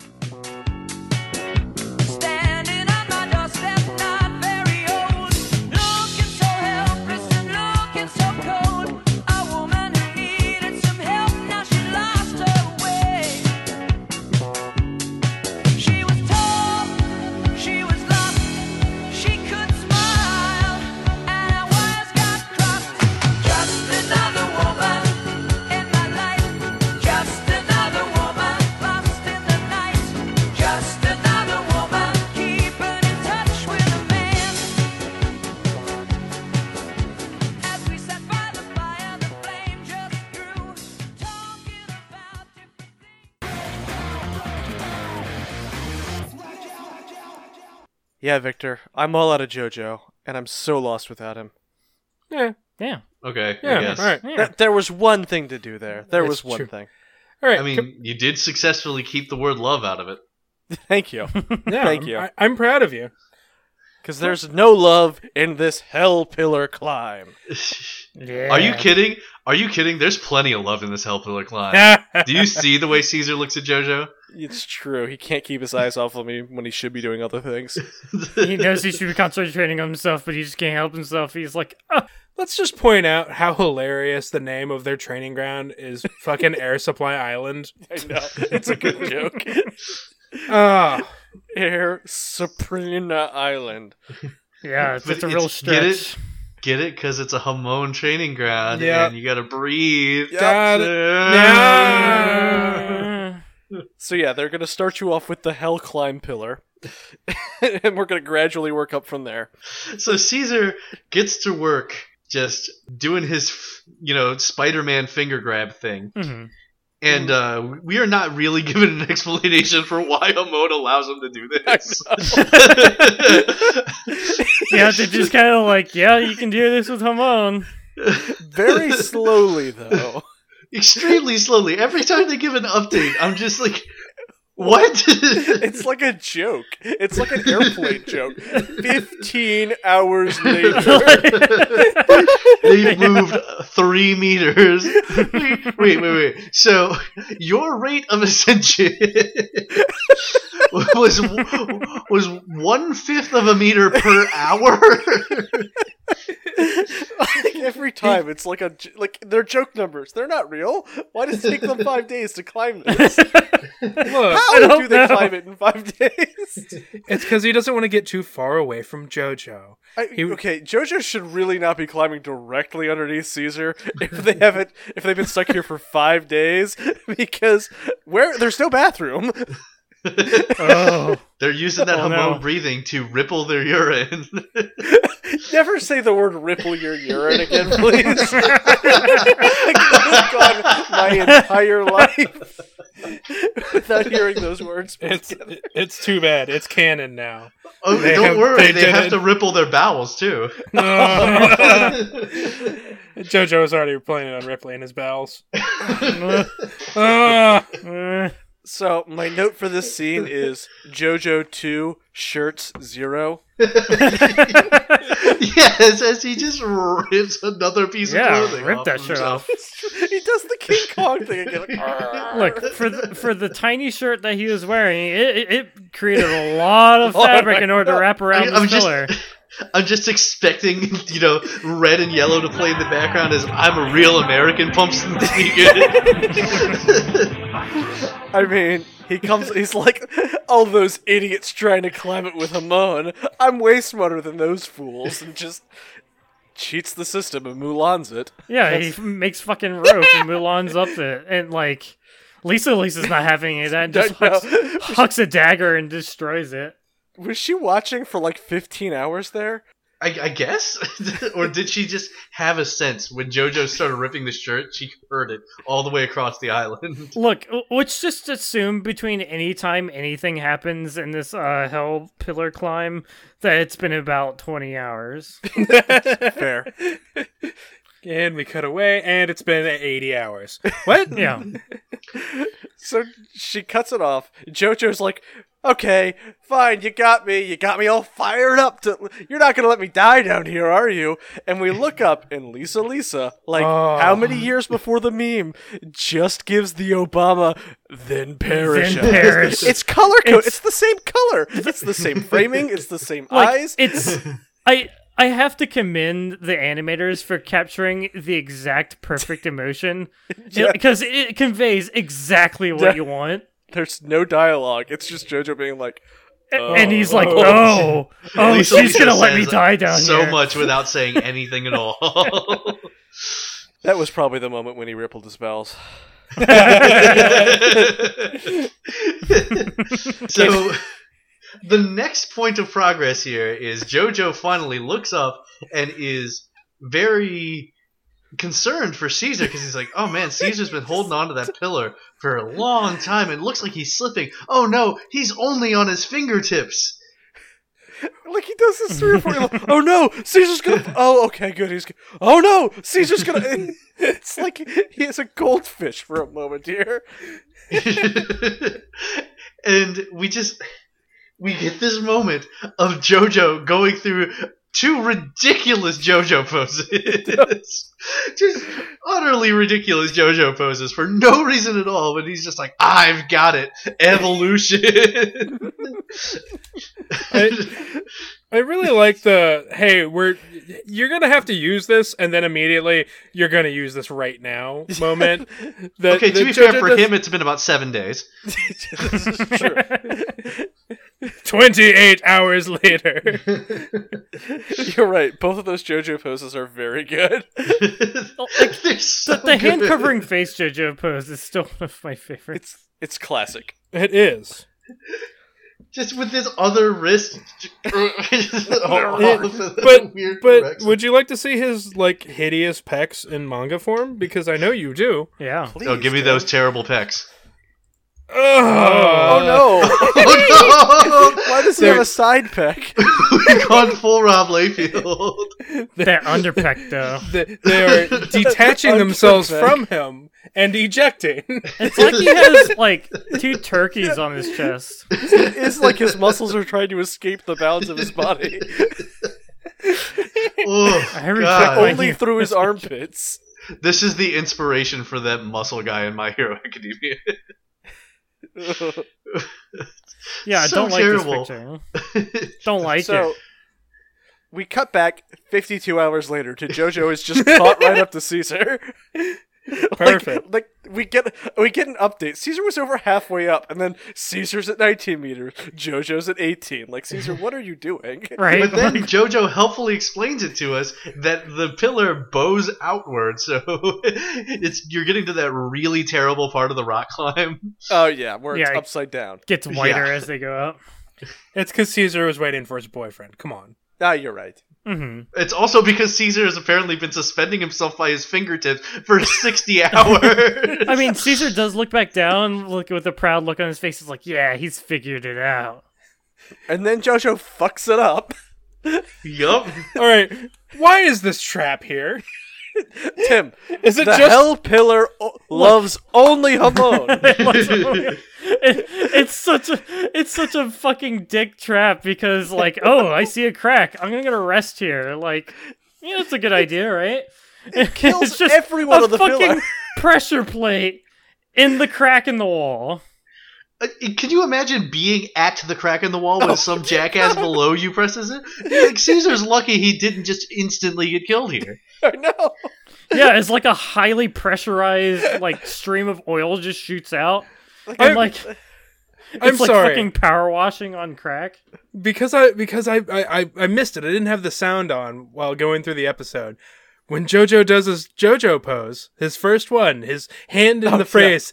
S6: Standing on my doorstep, not very old, looking so helpless and looking so cold. A woman who needed some help, now she lost her way. She was tall, she was lost, she could smile, and her wires got crossed. Just another woman in my life, just another woman lost in the night, just another woman keeping in touch with a man. As we sat by the fire, the flame just grew, talking about different things.
S1: Yeah, Victor, I'm all out of JoJo, and I'm so lost without him.
S3: Yeah,
S2: Yeah.
S4: Okay, I
S3: yeah,
S4: guess.
S3: all right.
S2: Yeah.
S1: That, there was one thing to do there. There was
S3: That's
S1: one
S3: true.
S1: thing.
S3: All right.
S4: I mean, you did successfully keep the word love out of it.
S1: Thank you.
S3: *laughs* yeah,
S1: thank
S3: I'm-
S1: you.
S3: I, I'm proud of you.
S1: Because there's no love in this hell pillar climb.
S2: Yeah.
S4: Are you kidding? Are you kidding? There's plenty of love in this Hell Pillar Climb.
S3: yeah,
S4: Do you see the way Caesar looks at JoJo?
S1: It's true. He can't keep his eyes off of me when he should be doing other things.
S2: He knows he should be concentrating on himself, but he just can't help himself. He's like, oh,
S3: let's just point out how hilarious the name of their training ground is. Fucking Air Supply Island.
S1: *laughs* I *laughs* know. It's a good joke.
S3: Ah,
S1: *laughs* Air Sabrina Island.
S2: yeah, it's,
S4: But
S2: it's a real
S4: it's- get
S2: stretch.
S4: it? Get it? Because it's a Hamon training ground,
S3: Yeah.
S4: and you gotta breathe.
S3: got it. No.
S2: Uh,
S1: So yeah, they're gonna start you off with the hell climb pillar, *laughs* and we're gonna gradually work up from there.
S4: So Caesar gets to work just doing his, you know, Spider-Man finger grab thing.
S3: Mm-hmm.
S2: mhm.
S4: And uh, we are not really *laughs* given an explanation for why Hamon allows him to do this. *laughs*
S2: Yeah, they're just kind of like, yeah, you can do this with Hamon.
S1: *laughs* Very slowly though.
S4: Extremely slowly. Every time they give an update, I'm just like, What? *laughs*
S1: It's like a joke. It's like an *laughs* airplane joke. 15 hours later. *laughs*
S2: *laughs*
S4: They've moved three meters. *laughs* wait, wait, wait. So your rate of ascension *laughs* was was one fifth of a meter per hour.
S1: like every time it's like a j- like they're joke numbers. They're not real. Why does it take them 5 days to climb this?
S3: Look,
S1: How
S2: don't
S1: do they
S2: know.
S1: climb it in 5 *laughs*
S2: *laughs*
S1: days?
S3: it's because he doesn't want to get too far away from JoJo.
S1: I,
S3: He-
S1: okay, JoJo should really not be climbing directly underneath Caesar if they haven't if they've been stuck here for 5 days *laughs* because where there's no bathroom. *laughs*
S2: Oh,
S4: *laughs* They're using that
S2: Oh, no.
S4: Hamon breathing to ripple their urine. *laughs*
S1: Never say the word ripple your urine
S2: *laughs*
S1: again, please. *laughs* I've gone my entire life *laughs* without hearing those words.
S3: It's it's too bad. It's canon now.
S4: oh,
S3: They
S4: don't
S3: have-
S4: worry,
S3: they
S4: they,
S3: did
S4: have
S3: it.
S4: to ripple their
S2: *laughs*
S4: bowels too. *laughs*
S3: JoJo is already planning on rippling his
S4: *laughs*
S3: bowels. Ah.
S2: eh.
S1: So my note for this scene is JoJo two shirts zero. *laughs*
S4: yes, as he just rips another piece
S2: yeah,
S4: of clothing.
S2: rip
S4: off
S2: that
S4: of
S2: shirt
S4: himself.
S2: off.
S1: He does the King Kong thing again. Like, "Arr."
S2: Look for the, for the tiny shirt that he was wearing, it, it, it created a lot
S4: *laughs*
S2: of fabric in order to wrap around
S4: Oh I- I'm
S2: the
S4: just-
S2: filler.
S4: *laughs* I'm just expecting, you know, red and yellow to play in the background as I'm a real American pumps
S2: *laughs*
S4: in the unit.
S1: I mean, he comes. He's like, all those idiots trying to climb it with Hamon. I'm way smarter than those fools, and just cheats the system and Mulan's it.
S2: Yeah, he f- makes fucking rope
S1: *laughs*
S2: and Mulan's up it, and like Lisa, Lisa's not having it.
S1: *laughs*
S2: That just
S1: No, no.
S2: hucks, hucks a dagger and destroys it.
S1: Was she watching for like 15 hours there?
S4: I, I guess, *laughs* or did she just have a sense when JoJo started ripping the shirt? She heard it all the way across the island.
S2: Look, l- let's just assume between any time anything happens in this uh, hell pillar climb that it's been about twenty hours.
S1: Fair.
S3: And we cut away, and it's been 80 hours.
S1: *laughs*
S3: What?
S2: Yeah,
S1: So she cuts it off. Jojo's like, okay, fine, you got me. You got me all fired up. To, you're not going to let me die down here, are you? And we look up, and Lisa Lisa, like
S3: Oh.
S1: how many years before the meme, just gives the Obama, then perish.
S2: Then perish.
S1: It's color code. It's,
S2: It's-
S1: the same color. It's the same framing. It's the same
S2: like
S1: *laughs* eyes.
S2: it's I. I have to commend the animators for capturing the
S1: *laughs*
S2: exact perfect emotion
S1: Yeah.
S2: because it conveys exactly what
S1: Yeah.
S2: you want.
S1: There's no dialogue. It's just Jojo being like,
S2: A- and he's like,
S4: Oh. *laughs*
S2: "Oh, oh,
S4: Lisa
S2: she's
S4: Lisa
S2: gonna let me
S4: says
S2: die down
S4: so
S2: here."
S4: much without saying anything
S2: *laughs*
S4: at all.
S1: that was probably the moment when he rippled his bells.
S4: *laughs* so the next point of progress here is Jojo finally looks up and is very concerned for Caesar because he's like, "Oh man, Caesar's been holding on to that pillar for a long time and looks like he's slipping. Oh no, he's only on his fingertips."
S1: Like he does this three or four. Like, oh no, Caesar's gonna. Oh, okay, good. He's. go- Oh no, Caesar's gonna. *laughs* It's like he is a goldfish for a moment here.
S4: *laughs* and we just we get this moment of JoJo going through two ridiculous JoJo poses, *laughs* just utterly ridiculous JoJo poses for no reason at all. But he's just like, "I've got it,
S3: *laughs*
S4: evolution."
S3: I really like the hey, we're you're gonna have to use this, and then immediately you're gonna use this right now
S4: *laughs*
S3: moment. That,
S4: okay, to
S3: that
S4: be fair,
S3: JoJo
S4: for
S3: does-
S4: him, it's been about
S3: *laughs*
S4: seven days.
S1: this is true.
S3: 28 hours
S4: *laughs*
S3: later.
S1: You're right. Both of those JoJo poses are very good.
S4: *laughs* They're so
S2: the hand
S4: good.
S2: covering face JoJo pose is still one of my favorites.
S1: It's it's classic.
S3: It is.
S4: just with this other
S3: *laughs*
S4: wrist. *laughs*
S3: But but would you like to see his like hideous pecs in manga form? Because I know you do.
S2: Yeah,
S1: Please,
S4: Oh, give me
S1: Joe.
S4: those terrible pecs.
S3: Ugh.
S1: oh no!
S2: *laughs*
S4: *laughs* Oh no!
S1: Why does he have a side pick?
S4: We've gone full Rob Layfield.
S2: *laughs* That underpeck
S4: *laughs*
S2: though.
S3: Th- They're detaching themselves from him and ejecting.
S2: It's like he has like two turkeys on his chest.
S1: It's like his muscles are trying to escape the bounds of his body,
S4: Oh,
S2: I reject
S1: Ah,
S4: God.
S2: my-
S1: only through *laughs* his armpits.
S4: This is the inspiration for that muscle guy in My Hero
S2: *laughs*
S4: Academia.
S2: Yeah, I
S4: So
S2: don't like
S4: terrible.
S2: this
S4: *laughs*
S2: picture. Don't like
S1: so
S2: it.
S1: we cut back 52 hours later to JoJo is *laughs* just caught right up to Caesar. *laughs* Like-
S4: *laughs*
S3: Perfect.
S1: Like, we get we get an update. Caesar was over halfway up, and then Caesar's at 19 meters. JoJo's at 18. Like Caesar, what are you doing?
S2: Right?
S4: But then
S2: Like,
S4: JoJo helpfully explains it to us that the pillar bows outward, so *laughs* it's you're getting to that really terrible part of the rock climb.
S1: *laughs* Oh yeah, where it's
S2: Yeah, I-
S1: upside down.
S2: gets whiter
S4: Yeah.
S2: as they go up.
S3: *laughs* It's because Caesar was waiting for his boyfriend. Come on.
S1: Ah, you're right.
S2: hmm
S4: It's also because Caesar has apparently been suspending himself by his fingertips for
S2: *laughs*
S4: 60 hours.
S2: I mean, Caesar does look back down, look with a proud look on his face. It's like, yeah, he's figured it out.
S1: And then JoJo fucks it *laughs* up.
S4: yup.
S3: All right. Why is this trap here?
S1: Tim,
S3: Is it
S1: the
S3: just *laughs*
S1: Hell Pillar *laughs* o- loves only *laughs* Hamon.
S2: It- it's such a it's such a fucking dick trap because like, oh, I see a crack. I'm gonna get a rest here. Like, yeah, that's a good idea, right? *laughs* It
S1: kills everyone on the
S2: fucking
S1: pillar.
S2: pressure plate in the crack in the wall.
S4: Uh, Can you imagine being at the crack in the wall
S2: Oh.
S4: when some jackass below you presses it? Like, Caesar's lucky he didn't just instantly get killed here.
S1: no.
S2: Yeah, it's like a highly pressurized like stream of oil just shoots out. And like it's
S3: I'm
S2: like
S3: sorry.
S2: fucking power washing on crack.
S3: because I because I, I I- I missed it. I didn't have the sound on while going through the episode. When JoJo does his JoJo pose, his first one, his hand in the phrase,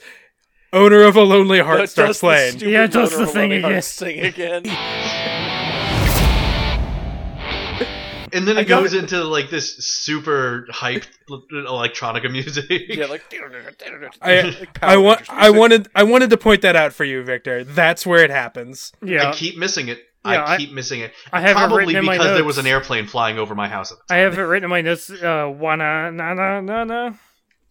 S3: "Owner of a lonely heart"
S1: Does
S3: starts
S1: the
S3: playing.
S1: stupid
S2: Yeah, does the
S1: Motor
S2: thing
S1: Melody Heart
S2: again.
S1: Sing again.
S4: And then it
S1: got
S4: goes
S1: it.
S4: into like this super hyped electronica music.
S1: Yeah, like
S3: I,
S1: Power
S3: I, wa-
S1: Rangers
S3: I
S1: music.
S3: wanted I wanted to point that out for you, Victor. That's where it happens.
S2: Yeah.
S4: I keep missing it.
S2: Yeah,
S4: I
S2: I-
S4: keep missing it.
S2: I have it
S4: Probably
S2: written in my
S4: because there
S2: notes.
S4: was an airplane flying over my house. At the time.
S2: I have it written in my notes. Uh, wana na na na na.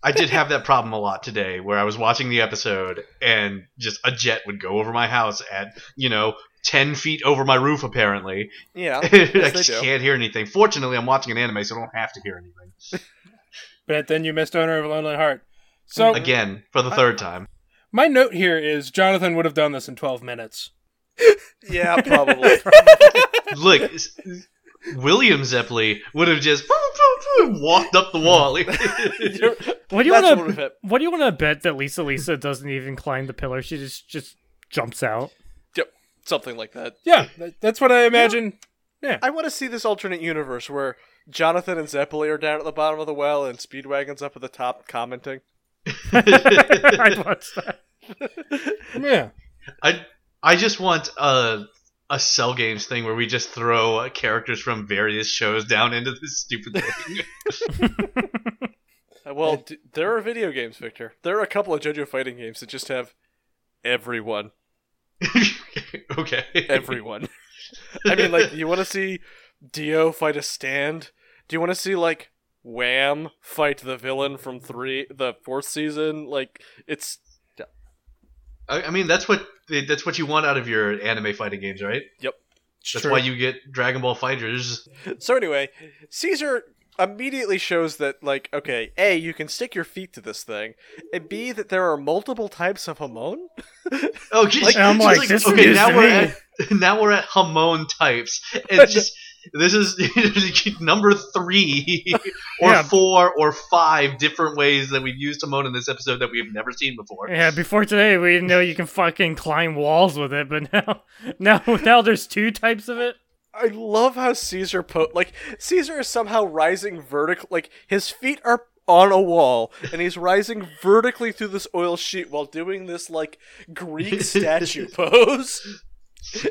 S4: I did have that problem a lot today, where I was watching the episode and just a jet would go over my house at you know ten feet over my roof. Apparently,
S1: Yeah,
S4: I
S1: *laughs* yes, they
S4: just
S1: do.
S4: can't hear anything. Fortunately, I'm watching an anime, so I don't have to hear anything.
S1: *laughs*
S3: But then you missed "Owner of a Lonely Heart." So
S4: Again, for the third time.
S3: my note here is Jonathan would have done this in twelve minutes.
S1: yeah, probably. *laughs*
S4: Look, s- William Zeppeli would have just walked up
S1: *laughs*
S4: the wall. *laughs*
S2: What do you
S1: That's
S2: want
S1: what
S2: to?
S1: it-
S2: What do you want to bet that Lisa Lisa doesn't even climb the pillar? She just just jumps out. *laughs*
S1: Yep, something like that.
S3: Yeah, that, that's what I imagine.
S1: I want to see this alternate universe where Jonathan and Zeppeli are down at the bottom of the well and Speedwagon's up at the top commenting.
S2: I watched that.
S3: yeah.
S4: I I just want a a cell games thing where we just throw uh, characters from various shows down into this stupid thing. *laughs*
S1: Uh, Well, d- there are video games, Victor. There are a couple of JoJo fighting games that just have everyone,
S4: okay.
S1: *laughs* everyone. I mean, like, you want to see Dio fight a stand? Do you want to see like Wham fight the villain from three, the fourth season? Like, it's
S4: I, I mean that's what that's what you want out of your anime fighting games, right?
S1: Yep.
S4: That's why you get Dragon Ball Fighters.
S1: So anyway, Caesar immediately shows that like okay, A, you can stick your feet to this thing, and B that there are multiple types of hamon?
S4: Oh, she's-
S2: And I'm
S4: she's
S2: like, this is news
S4: now
S2: to
S4: we're
S2: me.
S4: at *laughs* now we're at Hamon types.
S2: *laughs*
S4: It's just this is *laughs* number three *laughs* or
S2: Yeah.
S4: four or five different ways that we've used Hamon in this episode that we've never seen before. *laughs*
S2: Yeah, before today we didn't know you can fucking climb walls with it, but now *laughs* now now there's two types of it.
S1: I love how Caesar po- like Caesar is somehow rising vertical like his feet are on a wall and he's rising vertically through this oil sheet while doing this like
S4: *laughs*
S1: Greek statue pose.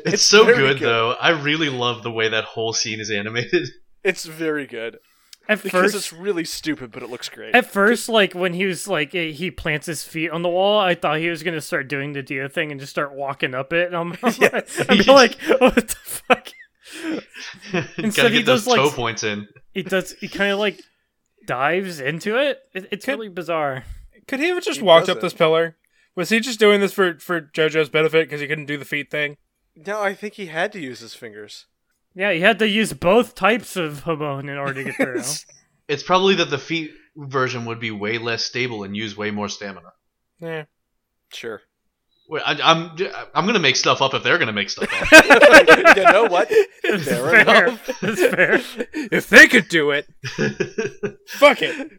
S4: It's, so
S1: very
S4: good,
S1: good.
S4: though. I really love the way that whole scene is animated. *laughs*
S1: It's very good.
S2: At
S1: Because
S2: first,
S1: it's really stupid, but it looks great.
S2: at first, like when he was like eh, he plants his feet on the wall, I thought he was gonna start doing the Dio thing and just start walking up it, and I'm, *laughs* I'm like, I'm like, what the fuck?
S4: Gotta
S2: Instead, he
S4: get those
S2: does like
S4: toe points in.
S2: he does he kind
S4: *laughs*
S2: of like dives into it. it it's
S3: Could-
S2: really bizarre.
S3: Could he have just
S1: He
S3: walked
S1: does
S3: up
S1: it.
S3: this pillar? Was he just doing this for for JoJo's benefit because he couldn't do the feet thing?
S1: no, I think he had to use his fingers.
S2: Yeah, he had to use both types of hamon in order to get through.
S4: *laughs* It's probably that the feet version would be way less stable and use way more stamina.
S3: Yeah.
S1: Sure. *laughs*
S4: Wait, I, I'm I'm gonna make stuff up if they're gonna make stuff
S2: *laughs*
S4: up.
S1: you know what?
S2: It's
S1: Fair
S2: fair.
S1: enough.
S2: It's fair.
S3: If they could do it, fuck it.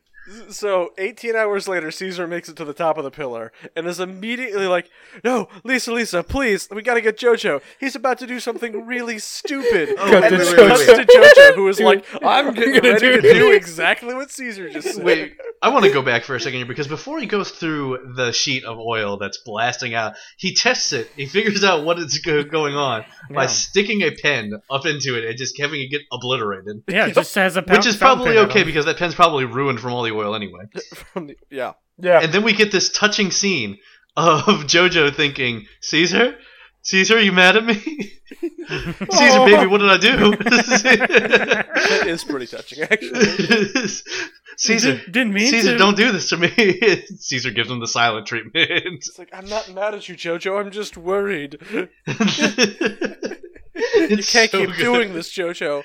S1: So 18 hours later, Caesar makes it to the top of the pillar and is immediately like, "No, Lisa, Lisa, please, we gotta get JoJo. He's about to do something really stupid."
S4: Oh,
S1: and
S4: wait,
S1: then
S4: wait,
S1: it cuts
S4: wait,
S1: to JoJo, who is
S3: Dude,
S1: like, "I'm getting
S3: gonna
S1: ready
S3: do
S1: to
S3: it."
S1: do exactly what Caesar just said."
S4: Wait, I want to go back for a second here because before he goes through the sheet of oil that's blasting out, he tests it. He figures out what is go- going on by
S2: Yeah.
S4: sticking a pen up into it and just having it get obliterated.
S2: Yeah, it
S4: *laughs*
S2: just has a pound,
S4: Which is
S2: fountain
S4: probably
S2: pen in
S4: okay
S2: him.
S4: because that pen's probably ruined from all the oil anyway.
S1: *laughs* From the- yeah.
S3: Yeah.
S4: And then we get this touching scene of *laughs* JoJo thinking, Caesar? Caesar, you mad at me? *laughs* Caesar, baby, what did I *laughs* do?
S1: *laughs* That is pretty touching, actually.
S4: *laughs* Caesar,
S2: Didn't mean
S4: Caesar,
S2: to. *laughs*
S4: don't do this to me. *laughs* Caesar gives him the silent treatment.
S1: It's like, I'm not mad at you, JoJo. I'm just
S4: *laughs*
S1: worried. You
S4: it's
S1: can't
S4: so
S1: keep
S4: good.
S1: doing this, JoJo.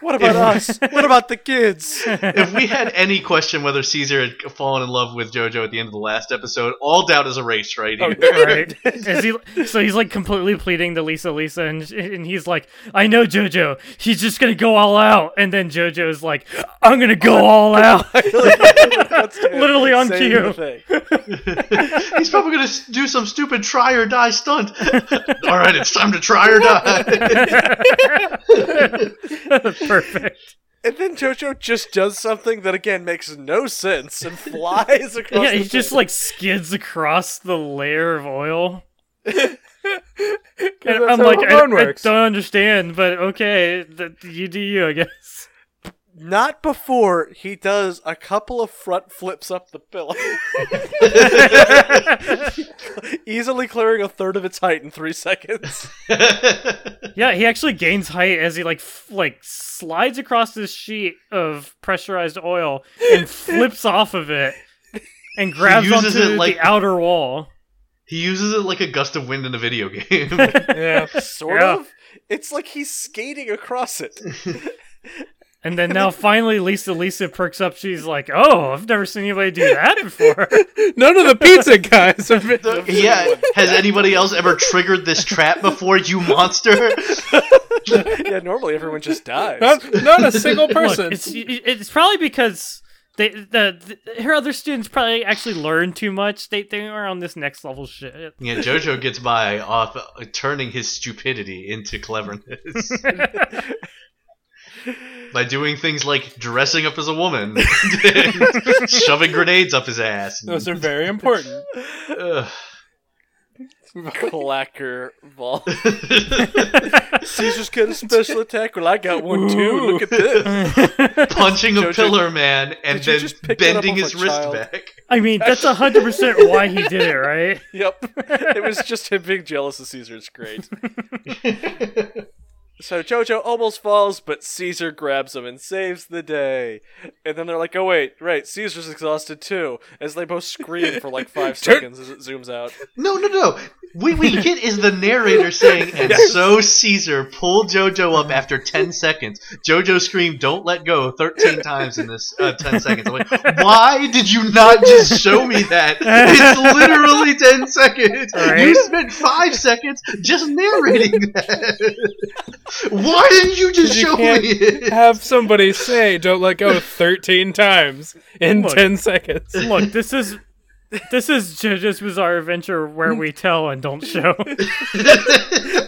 S1: What about
S3: *laughs*
S1: us? What about the kids?
S4: If we had any question whether Caesar had fallen in love with JoJo at the end of the last episode, all doubt is erased right
S1: Oh,
S4: here.
S2: right? Is he, so he's like completely pleading to Lisa, Lisa, and and he's like, "I know JoJo. She's just gonna go all out." And then JoJo's like, "I'm gonna go all
S4: *laughs*
S2: out."
S1: That's him
S2: *laughs* Literally on
S1: saying
S2: cue.
S1: the thing.
S4: *laughs* He's probably going to do some stupid try or die stunt. *laughs* all right, it's time to try or die. *laughs*
S2: *laughs* Perfect.
S1: And then JoJo just does something that again makes no sense and *laughs* flies across.
S2: Yeah,
S1: the
S2: he just
S1: thing.
S2: like skids across the layer of oil. And
S3: that's
S2: I'm
S3: how
S2: like, I,
S3: hormone
S2: I
S3: works."
S2: don't understand, but okay, that you do you, I guess.
S1: not before he does a couple of front flips up the *laughs* pillow, easily clearing a third of its height in three seconds.
S2: Yeah, he actually gains height as he like f- like slides across this sheet of pressurized oil and flips off of it and grabs onto
S4: uses it like-
S2: the outer wall.
S4: he uses it like a gust of wind in a video game.
S1: *laughs*
S3: yeah.
S1: Sort
S2: Yeah.
S1: of. It's like he's skating across *laughs* it.
S2: And then now finally Lisa Lisa perks up. She's like, "Oh, I've never seen anybody do that before."
S3: *laughs* None of the pizza
S1: *laughs*
S3: guys. Have been-
S4: yeah, has anybody else ever triggered this trap before, you monster?
S1: yeah, normally everyone just dies.
S3: not, not a
S4: *laughs*
S3: single
S2: Look,
S3: person.
S2: it's it's probably because they the, the her other students probably actually learn too much. They they are on this next level shit.
S4: Yeah, Jojo gets by off uh, turning his stupidity into cleverness.
S3: *laughs*
S4: By doing things like dressing up as a woman,
S3: *laughs*
S4: shoving grenades up his ass.
S3: Those are very important.
S4: Ugh.
S1: *laughs* Clacker ball. Caesar's got a special attack. Well, I got one too.
S3: Ooh.
S1: Look at *laughs* this.
S4: *laughs* punching a
S1: Jojo,
S4: pillar man and
S1: did you
S4: then
S1: just pick that up
S4: bending
S1: off
S4: his
S1: a
S4: wrist
S1: child?
S4: back.
S2: I mean, that's hundred percent why he did it, right?
S1: Yep. It was just him being jealous of Caesar. It's great. so Jojo almost falls, but Caesar grabs him and saves the day. And then they're like, oh, wait, right, Caesar's exhausted too. As they both scream for like five seconds as it zooms out.
S4: No, no, no. What we get is the narrator saying, and so Caesar pulled JoJo up after 10 seconds. JoJo screamed, don't let go, 13 times in this uh, 10 seconds. I'm like, why did you not just show me that? It's literally 10 seconds. You
S2: Right.
S4: spent 5 seconds just narrating that. *laughs* why didn't you
S3: *laughs*
S4: just
S3: You
S4: show
S3: can't
S4: me it?
S3: Have somebody say "Don't let go" thirteen times in
S2: Look.
S3: ten seconds.
S2: Look, this is this is JoJo's Bizarre Adventure where we tell and don't
S3: *laughs*
S2: show.
S4: *laughs*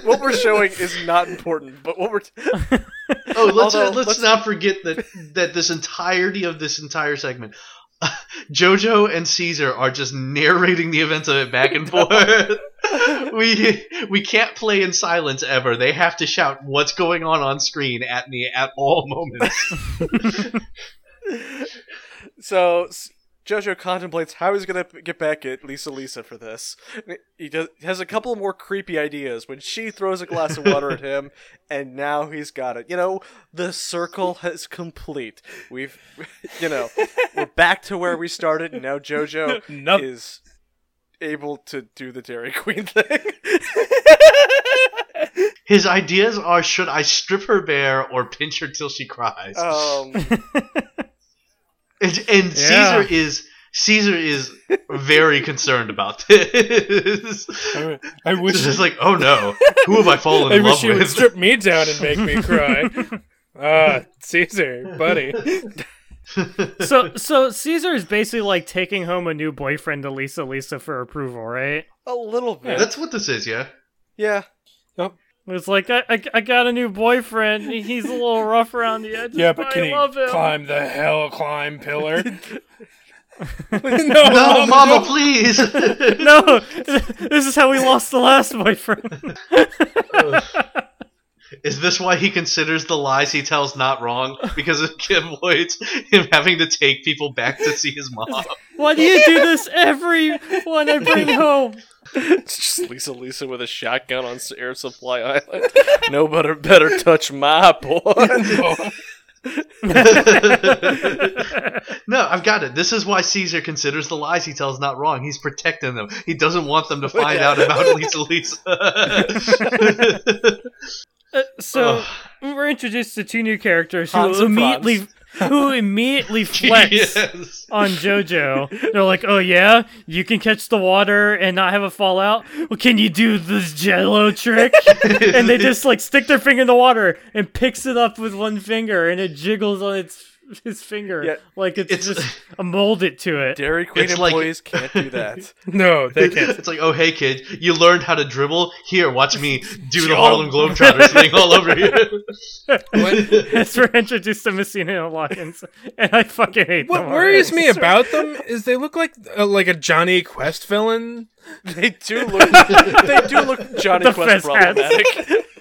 S1: What we're showing is not important, but what we're.
S4: Oh, let's
S1: Although,
S4: let's,
S1: let's-
S4: not forget that that this entirety of this entire segment, *laughs* JoJo and Caesar are just narrating the events of it
S3: *laughs*
S4: back and forth. *laughs* we we can't play in silence ever.
S3: *laughs*
S4: They have to shout what's going on on screen at me at all moments.
S1: So s- Jojo contemplates how he's gonna p- get back at Lisa Lisa for this. He does, has a couple more creepy ideas when she throws a glass of water at him, *laughs* and now he's got it. You know, the circle has complete. We've, you know, we're back to where we started, and now Jojo
S3: No-
S1: is able to do the Dairy Queen thing.
S4: His ideas are: should I strip her bare or pinch her till she cries?
S3: Oh.
S1: um,
S4: and and
S2: Yeah.
S4: Caesar is Caesar is
S3: *laughs*
S4: very concerned about this.
S3: I I
S4: It's
S3: wish
S4: just like, oh no, who have I fallen
S3: I
S4: in love
S3: wish you would
S4: with?
S3: strip me down and
S1: *laughs*
S3: make me cry. Ah, Caesar, buddy.
S2: *laughs* so so Caesar is basically like taking home a new boyfriend to Lisa Lisa for approval, right?
S1: a little bit.
S4: That's what this is, yeah.
S1: Yeah.
S2: It's like I, I, I got a new boyfriend. He's a little rough around the edges.
S3: Yeah, but can
S2: I love
S3: he
S2: him.
S3: climb the hell climb
S1: *laughs*
S3: pillar? *laughs* no,
S4: No,
S3: mama,
S4: mama,
S3: don't.
S4: please. *laughs*
S2: No, *laughs* this is how we lost the last boyfriend.
S4: Is this why he considers the lies he tells not wrong? Because it avoids him having to take people back to see his mom. *laughs*
S2: Why do you do this every one I bring home?
S1: It's just Lisa Lisa with a shotgun on Air Supply Island. no better better touch my boy.
S4: no, I've got it. This is why Caesar considers the lies he tells not wrong. He's protecting them. He doesn't want them to find out about Lisa *laughs* Lisa.
S2: Uh, so
S4: Ugh.
S2: we were introduced to two new characters who
S1: Hans and Franz.
S2: immediately *laughs* who immediately flex.
S4: Yes.
S2: on JoJo. They're like, oh yeah, you can catch the water and not have a fallout. Well, can you do this jello trick? and they just like stick their finger in the water and picks it up with one finger and it jiggles on its his finger
S1: Yeah,
S2: like it's,
S4: it's-
S2: just a molded to it.
S1: Dairy Queen
S4: It's like-
S1: employees can't do
S4: *laughs*
S1: that.
S3: no,
S1: *laughs*
S3: they can't.
S4: It's like, oh hey kid, you learned how to dribble. Here, watch me do the Harlem Globetrotters thing all
S1: *laughs*
S4: over you.
S2: *laughs* That's we're introduced to Messina Watkins, and I fucking hate
S3: What
S2: them
S3: worries
S2: already.
S3: me about them is they look like uh, like a Johnny Quest villain.
S1: They *laughs* do look they do look Johnny
S2: The
S1: Quest
S2: fez hats.
S1: problematic.
S2: *laughs*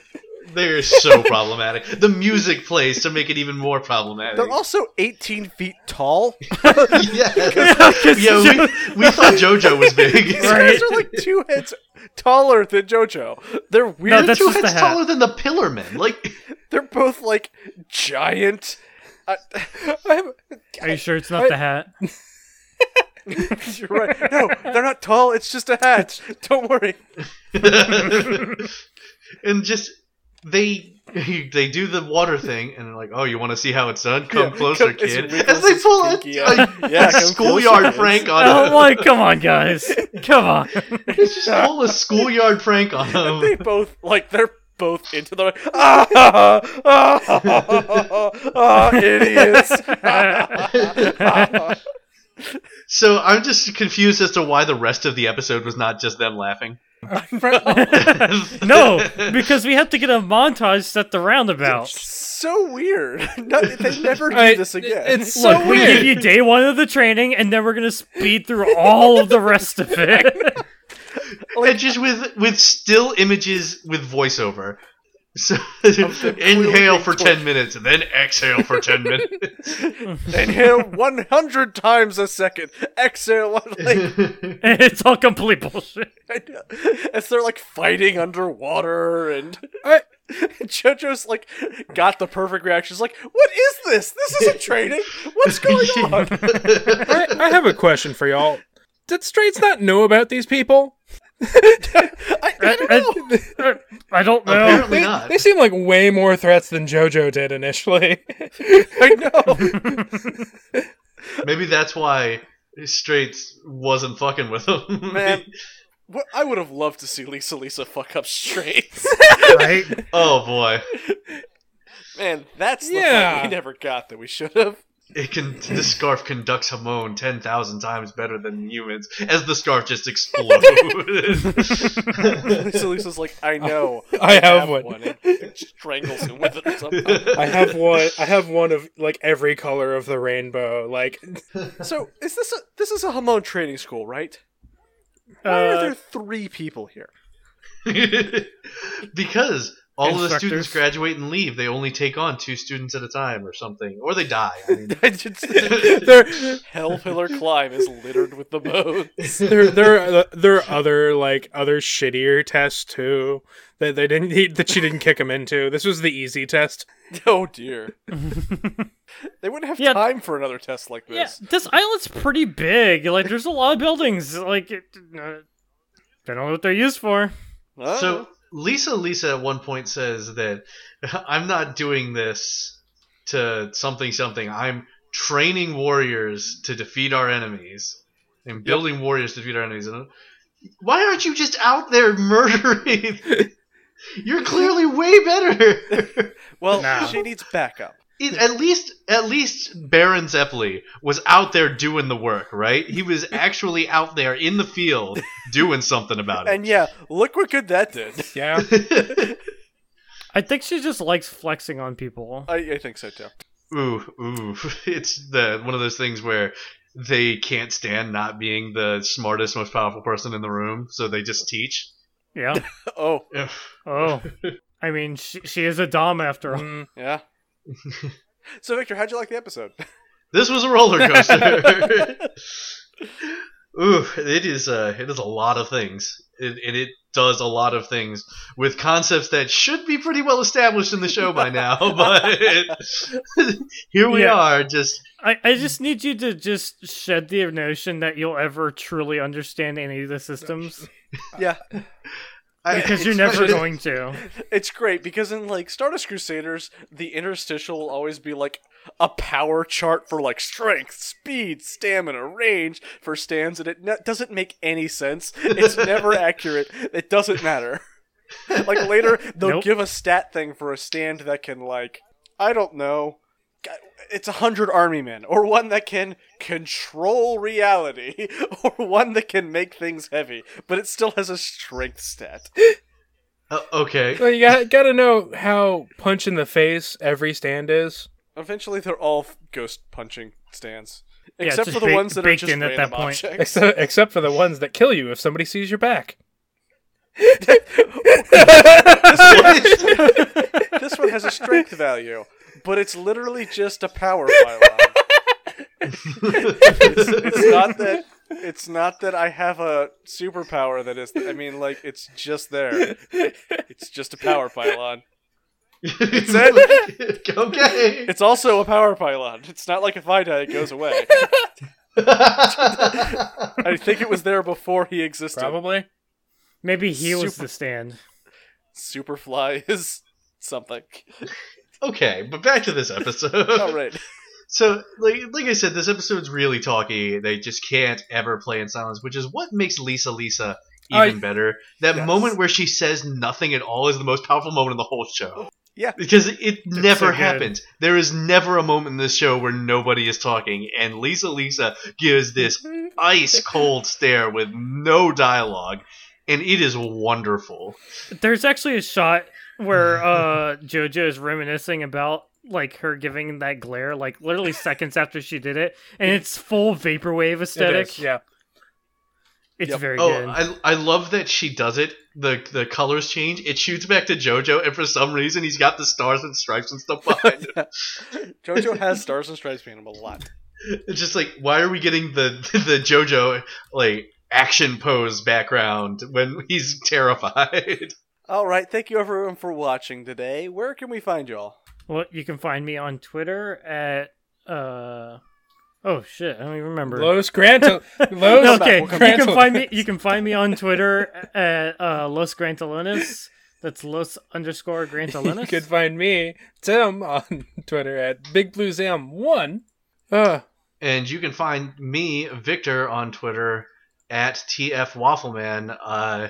S4: They're so problematic. The music plays to make it even more problematic.
S1: They're also 18 feet tall. *laughs*
S2: *laughs*
S4: yes. yeah, we, we thought JoJo was big. *laughs*
S1: These guys are like two heads taller than JoJo. They're weird.
S2: that's
S4: Two
S2: just the
S4: heads
S2: hat.
S4: taller than the Pillar Men. Like, *laughs*
S1: They're both like giant. I, *laughs* I'm-
S2: Are you sure it's not the hat?
S1: you're right. No, they're not tall. It's just a hat. Don't worry.
S4: and just they *laughs* they do the water thing, and they're like, "Oh, you want to see how it's done? Come
S1: Yeah,
S4: closer,
S1: come- it's
S4: kid."
S1: wiggles
S4: As they
S1: his
S4: pull it,
S1: pinky out.
S4: a,
S1: *laughs* Yeah, come
S4: a
S1: closer,
S4: *laughs* schoolyard
S1: kids.
S4: prank on
S2: *laughs* Oh
S4: him.
S2: my, come on, guys, come on.
S4: *laughs*
S2: *laughs*
S4: It's just pull a schoolyard prank on
S1: *laughs* they
S4: him.
S1: both like they're both into the ah, ah, ah, ah, ah, *laughs* idiots.
S4: So I'm just confused as to why the rest of the episode was not just them laughing.
S2: *laughs* No, because we have to get a montage set the roundabout.
S1: so weird. *laughs* No, they never do
S3: I-
S1: this again. *laughs*
S3: It's so
S2: we
S3: weird.
S2: give you day one of the training, and then we're gonna speed through all of the rest of it.
S4: and just with with still images with voiceover. So *laughs* inhale for ten minutes, and then exhale for ten minutes.
S1: Inhale 100 times a second. Exhale. one- Like,
S2: And it's all complete bullshit.
S1: I know. as they're like fighting underwater, and
S3: I,
S1: *laughs* JoJo's like got the perfect reaction. She's like, "What is this? This isn't training. *laughs*
S4: *laughs*
S1: What's going on?"
S3: I, I have a question for y'all. Did Straits not know about these people?
S1: *laughs* I, I don't know.
S2: Uh, I don't know.
S4: Apparently
S3: They,
S4: not.
S3: they seem like way more threats than JoJo did initially.
S1: *laughs* I
S3: *laughs*
S1: know.
S4: Maybe that's why Straits wasn't fucking with *laughs* them.
S1: Man. What- I would have loved to see Lisa Lisa fuck up straight.
S2: Right?
S4: oh boy,
S1: Man, that's the
S3: Yeah.
S1: fight we never got that we should have.
S4: it can. This scarf conducts Hamon ten thousand times better than humans. As the scarf just explodes. *laughs*
S1: Lisa Lisa's like, I know.
S3: I have one.
S1: and strangles him with it somehow.
S3: *laughs* I have one. I have one of like every color of the rainbow. Like
S1: So is this a this is a Hamon training school, right? Why are *laughs*
S2: Uh,
S1: there three people here?
S4: because all of the students
S2: Instructors.
S4: graduate and leave. They only take on two students at a time or something, or they die. I mean,
S7: Their hell pillar climb is littered with the bones.
S3: there, there, are, there are other like other shittier tests too that they didn't he, that she didn't kick him into. This was the easy test.
S1: *laughs*
S7: Oh dear. they wouldn't have
S2: Yeah.
S7: time for another test like
S2: Yeah,
S7: this.
S2: this island's pretty big. Like, there's a lot of buildings. Like, it, uh, I don't know what they're used for.
S7: Huh?
S1: Oh.
S4: so Lisa, Lisa at one point says that *laughs* I'm not doing this to something something. I'm training warriors to defeat our enemies and building warriors to defeat our enemies. And why aren't you just out there *laughs* murdering? You're clearly way better.
S7: well,
S2: Nah.
S7: she needs backup.
S4: it, at least at least Baron Zeppeli was out there doing the work, right? He was actually out there in the field doing something about it.
S7: And yeah, look what good that did.
S3: Yeah,
S4: *laughs*
S2: I think she just likes flexing on people.
S3: Uh,
S7: I, I think so too.
S4: ooh, ooh. *laughs* It's the one of those things where they can't stand not being the smartest, most powerful person in the room, so they just teach.
S3: *laughs*
S2: Yeah.
S7: Oh,
S4: Ugh.
S2: Oh. I mean, she, she is a dom after all.
S3: Mm.
S7: yeah. so Victor, how'd you like the episode?
S4: This was a roller
S2: *laughs*
S4: coaster. Ooh, it is. Uh, it is a lot of things, it, and it does a lot of things with concepts that should be pretty well established in the show by now. *laughs* But here we
S2: Yeah.
S4: are, just
S2: I, I just need you to just shed the notion that you'll ever truly understand any of the
S3: *laughs*
S2: systems
S7: yeah,
S4: I-
S2: because
S4: *laughs*
S2: you're
S4: it's-
S2: never going to.
S3: *laughs*
S7: it's great because in like Stardust Crusaders, the interstitial will always be like a power chart for like strength, speed, stamina, range for stands, and it ne- doesn't make any sense. It's never accurate. It doesn't matter. like later, they'll
S2: Nope.
S7: give a stat thing for a stand that can like I don't know. God, It's a hundred army men, or one that can control reality, *laughs* or one that can make things heavy, but it still has a strength stat.
S4: Uh, okay.
S3: well, you got got to know how punch in the face every stand is.
S7: Eventually, they're all f- ghost punching stands,
S2: Yeah, it's
S7: except
S2: just
S7: for the
S2: ba-
S7: ones that are
S2: baked
S7: just
S2: in at that
S7: random
S2: point.
S7: objects.
S3: Except, except for the ones that kill you if somebody sees
S2: *laughs*
S3: your back. *laughs*
S7: this one has a strength value, but it's literally just
S2: *laughs*
S7: a power byline. it's, it's not that. It's not that I have a superpower that is. I mean, like it's just there. It's just a power pylon.
S4: *laughs* okay.
S7: It's also a power pylon. It's not like if I die, it goes away.
S4: *laughs*
S7: I think it was there before he existed.
S3: Probably.
S2: Maybe he was
S7: Super-
S2: the stand.
S7: Superfly is something.
S4: okay, but back to this episode.
S7: All right.
S4: So, like, like I said, this episode's really talky. They just can't ever play in silence, which is what makes Lisa Lisa
S3: I-
S4: even better. That
S7: Yes.
S4: moment where she says nothing at all is the most powerful moment in the whole show.
S7: Yeah.
S4: Because it
S2: so
S4: never
S2: good.
S4: happens. There is never a moment in this show where nobody is talking, and Lisa Lisa gives this
S7: Mm-hmm.
S4: ice cold stare with no dialogue, and it is wonderful.
S2: There's actually a shot
S3: *laughs*
S2: where uh JoJo is reminiscing about like her giving that glare like literally seconds after she did it and it's full vaporwave
S3: It
S2: aesthetic.
S3: is, yeah.
S2: It's
S7: Yep.
S2: very good.
S4: Oh, I, I love that she does it. The the colors change. It shoots back to JoJo, and for some reason, he's got the stars and stripes and
S7: *laughs*
S4: stuff behind him.
S7: JoJo *laughs* has stars and stripes painted a lot.
S4: *laughs* It's just like, why are we getting the *laughs* the JoJo like action pose background when he's *laughs* terrified? *laughs*
S7: All right. Thank you everyone for watching today. Where can we find y'all?
S2: Well, you can find me on Twitter at uh oh shit, I don't even remember. *laughs*
S3: Los Grantos.
S2: No,
S3: Los
S2: okay, you
S7: We'll come
S2: can find me. You can find me on Twitter at uh, Los Grantalones. That's Los underscore
S3: You
S4: *laughs*
S2: Grantalones.
S3: could find me, Tim, on *laughs* Twitter at BigBluesM1. Uh,
S4: And you can find me, Victor, on Twitter at TF Waffleman. Uh,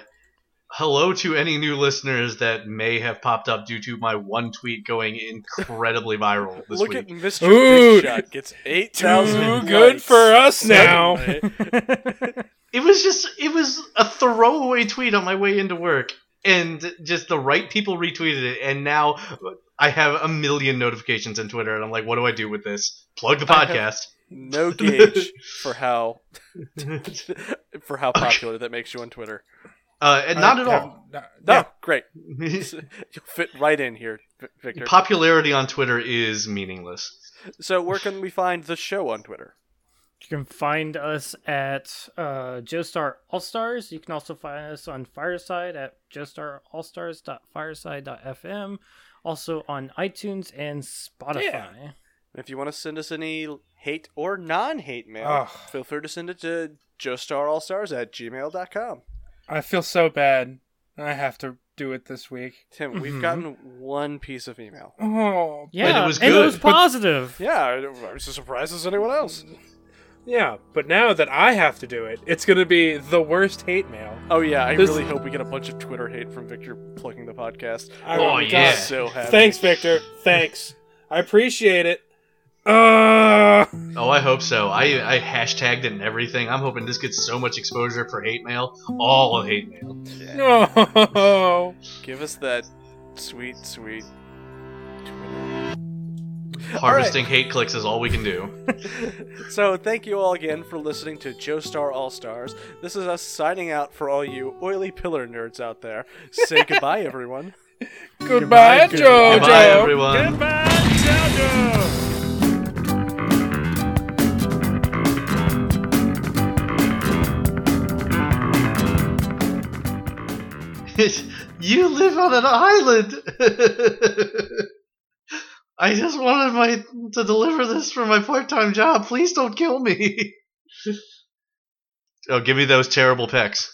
S4: hello to any new listeners that may have popped up due to my one tweet going incredibly viral this
S7: Look
S4: week.
S7: at Mr.
S3: Ooh.
S7: Big Shot gets eight
S3: too
S7: thousand.
S3: good for us now.
S4: it was just it was a throwaway tweet on my way into work and just the right people retweeted it and now i have a million notifications on twitter and i'm like what do i do with this plug the podcast
S7: No *laughs* gauge for how for how popular that makes you on Twitter.
S4: uh, and not
S3: I
S4: at
S3: have
S4: all
S1: No,
S3: yeah.
S1: great. You'll fit right in here, Vic- Victor.
S4: Popularity on Twitter is meaningless.
S1: So, where can we find the show on Twitter?
S2: You can find us at uh, Joestar All Stars. You can also find us on Fireside at joestarallstars.fireside.fm. Also on iTunes and Spotify.
S3: Yeah.
S1: And If you want to send us any hate or non hate mail,
S3: Ugh.
S1: feel free to send it to joestarallstars at gmail.com.
S3: I feel so bad. I have to do it this week.
S1: Tim, we've gotten one piece of email.
S3: Oh,
S2: Yeah,
S4: it was
S2: and it
S4: good.
S2: was positive.
S1: Yeah, I I was as surprised as anyone else.
S3: yeah. But now that I have to do it, it's gonna be the worst hate mail.
S1: Oh, yeah, I
S3: This-
S1: really hope we get a bunch of Twitter hate from Victor plugging the podcast.
S3: I
S4: Oh,
S3: really
S4: yeah.
S1: I'm so happy.
S3: Thanks, Victor. Thanks. I appreciate it. Uh,
S4: Oh, I hope so. I, I hashtagged it and everything. I'm hoping this gets so much exposure for hate mail. All of hate mail.
S3: *laughs* no.
S1: Give us that sweet, sweet Twitter.
S4: Harvesting hate clicks is all we can do.
S1: So, thank you all again for listening to Joestar All Stars. This is us signing out for all you oily pillar nerds out there. Say goodbye, everyone.
S3: Goodbye, Jojo.
S4: Goodbye, everyone.
S3: Goodbye, Jojo.
S4: *laughs* you live on an island. *laughs* I just wanted my to deliver this for my part-time *laughs* job. Please don't kill me. oh, give me those terrible pecs.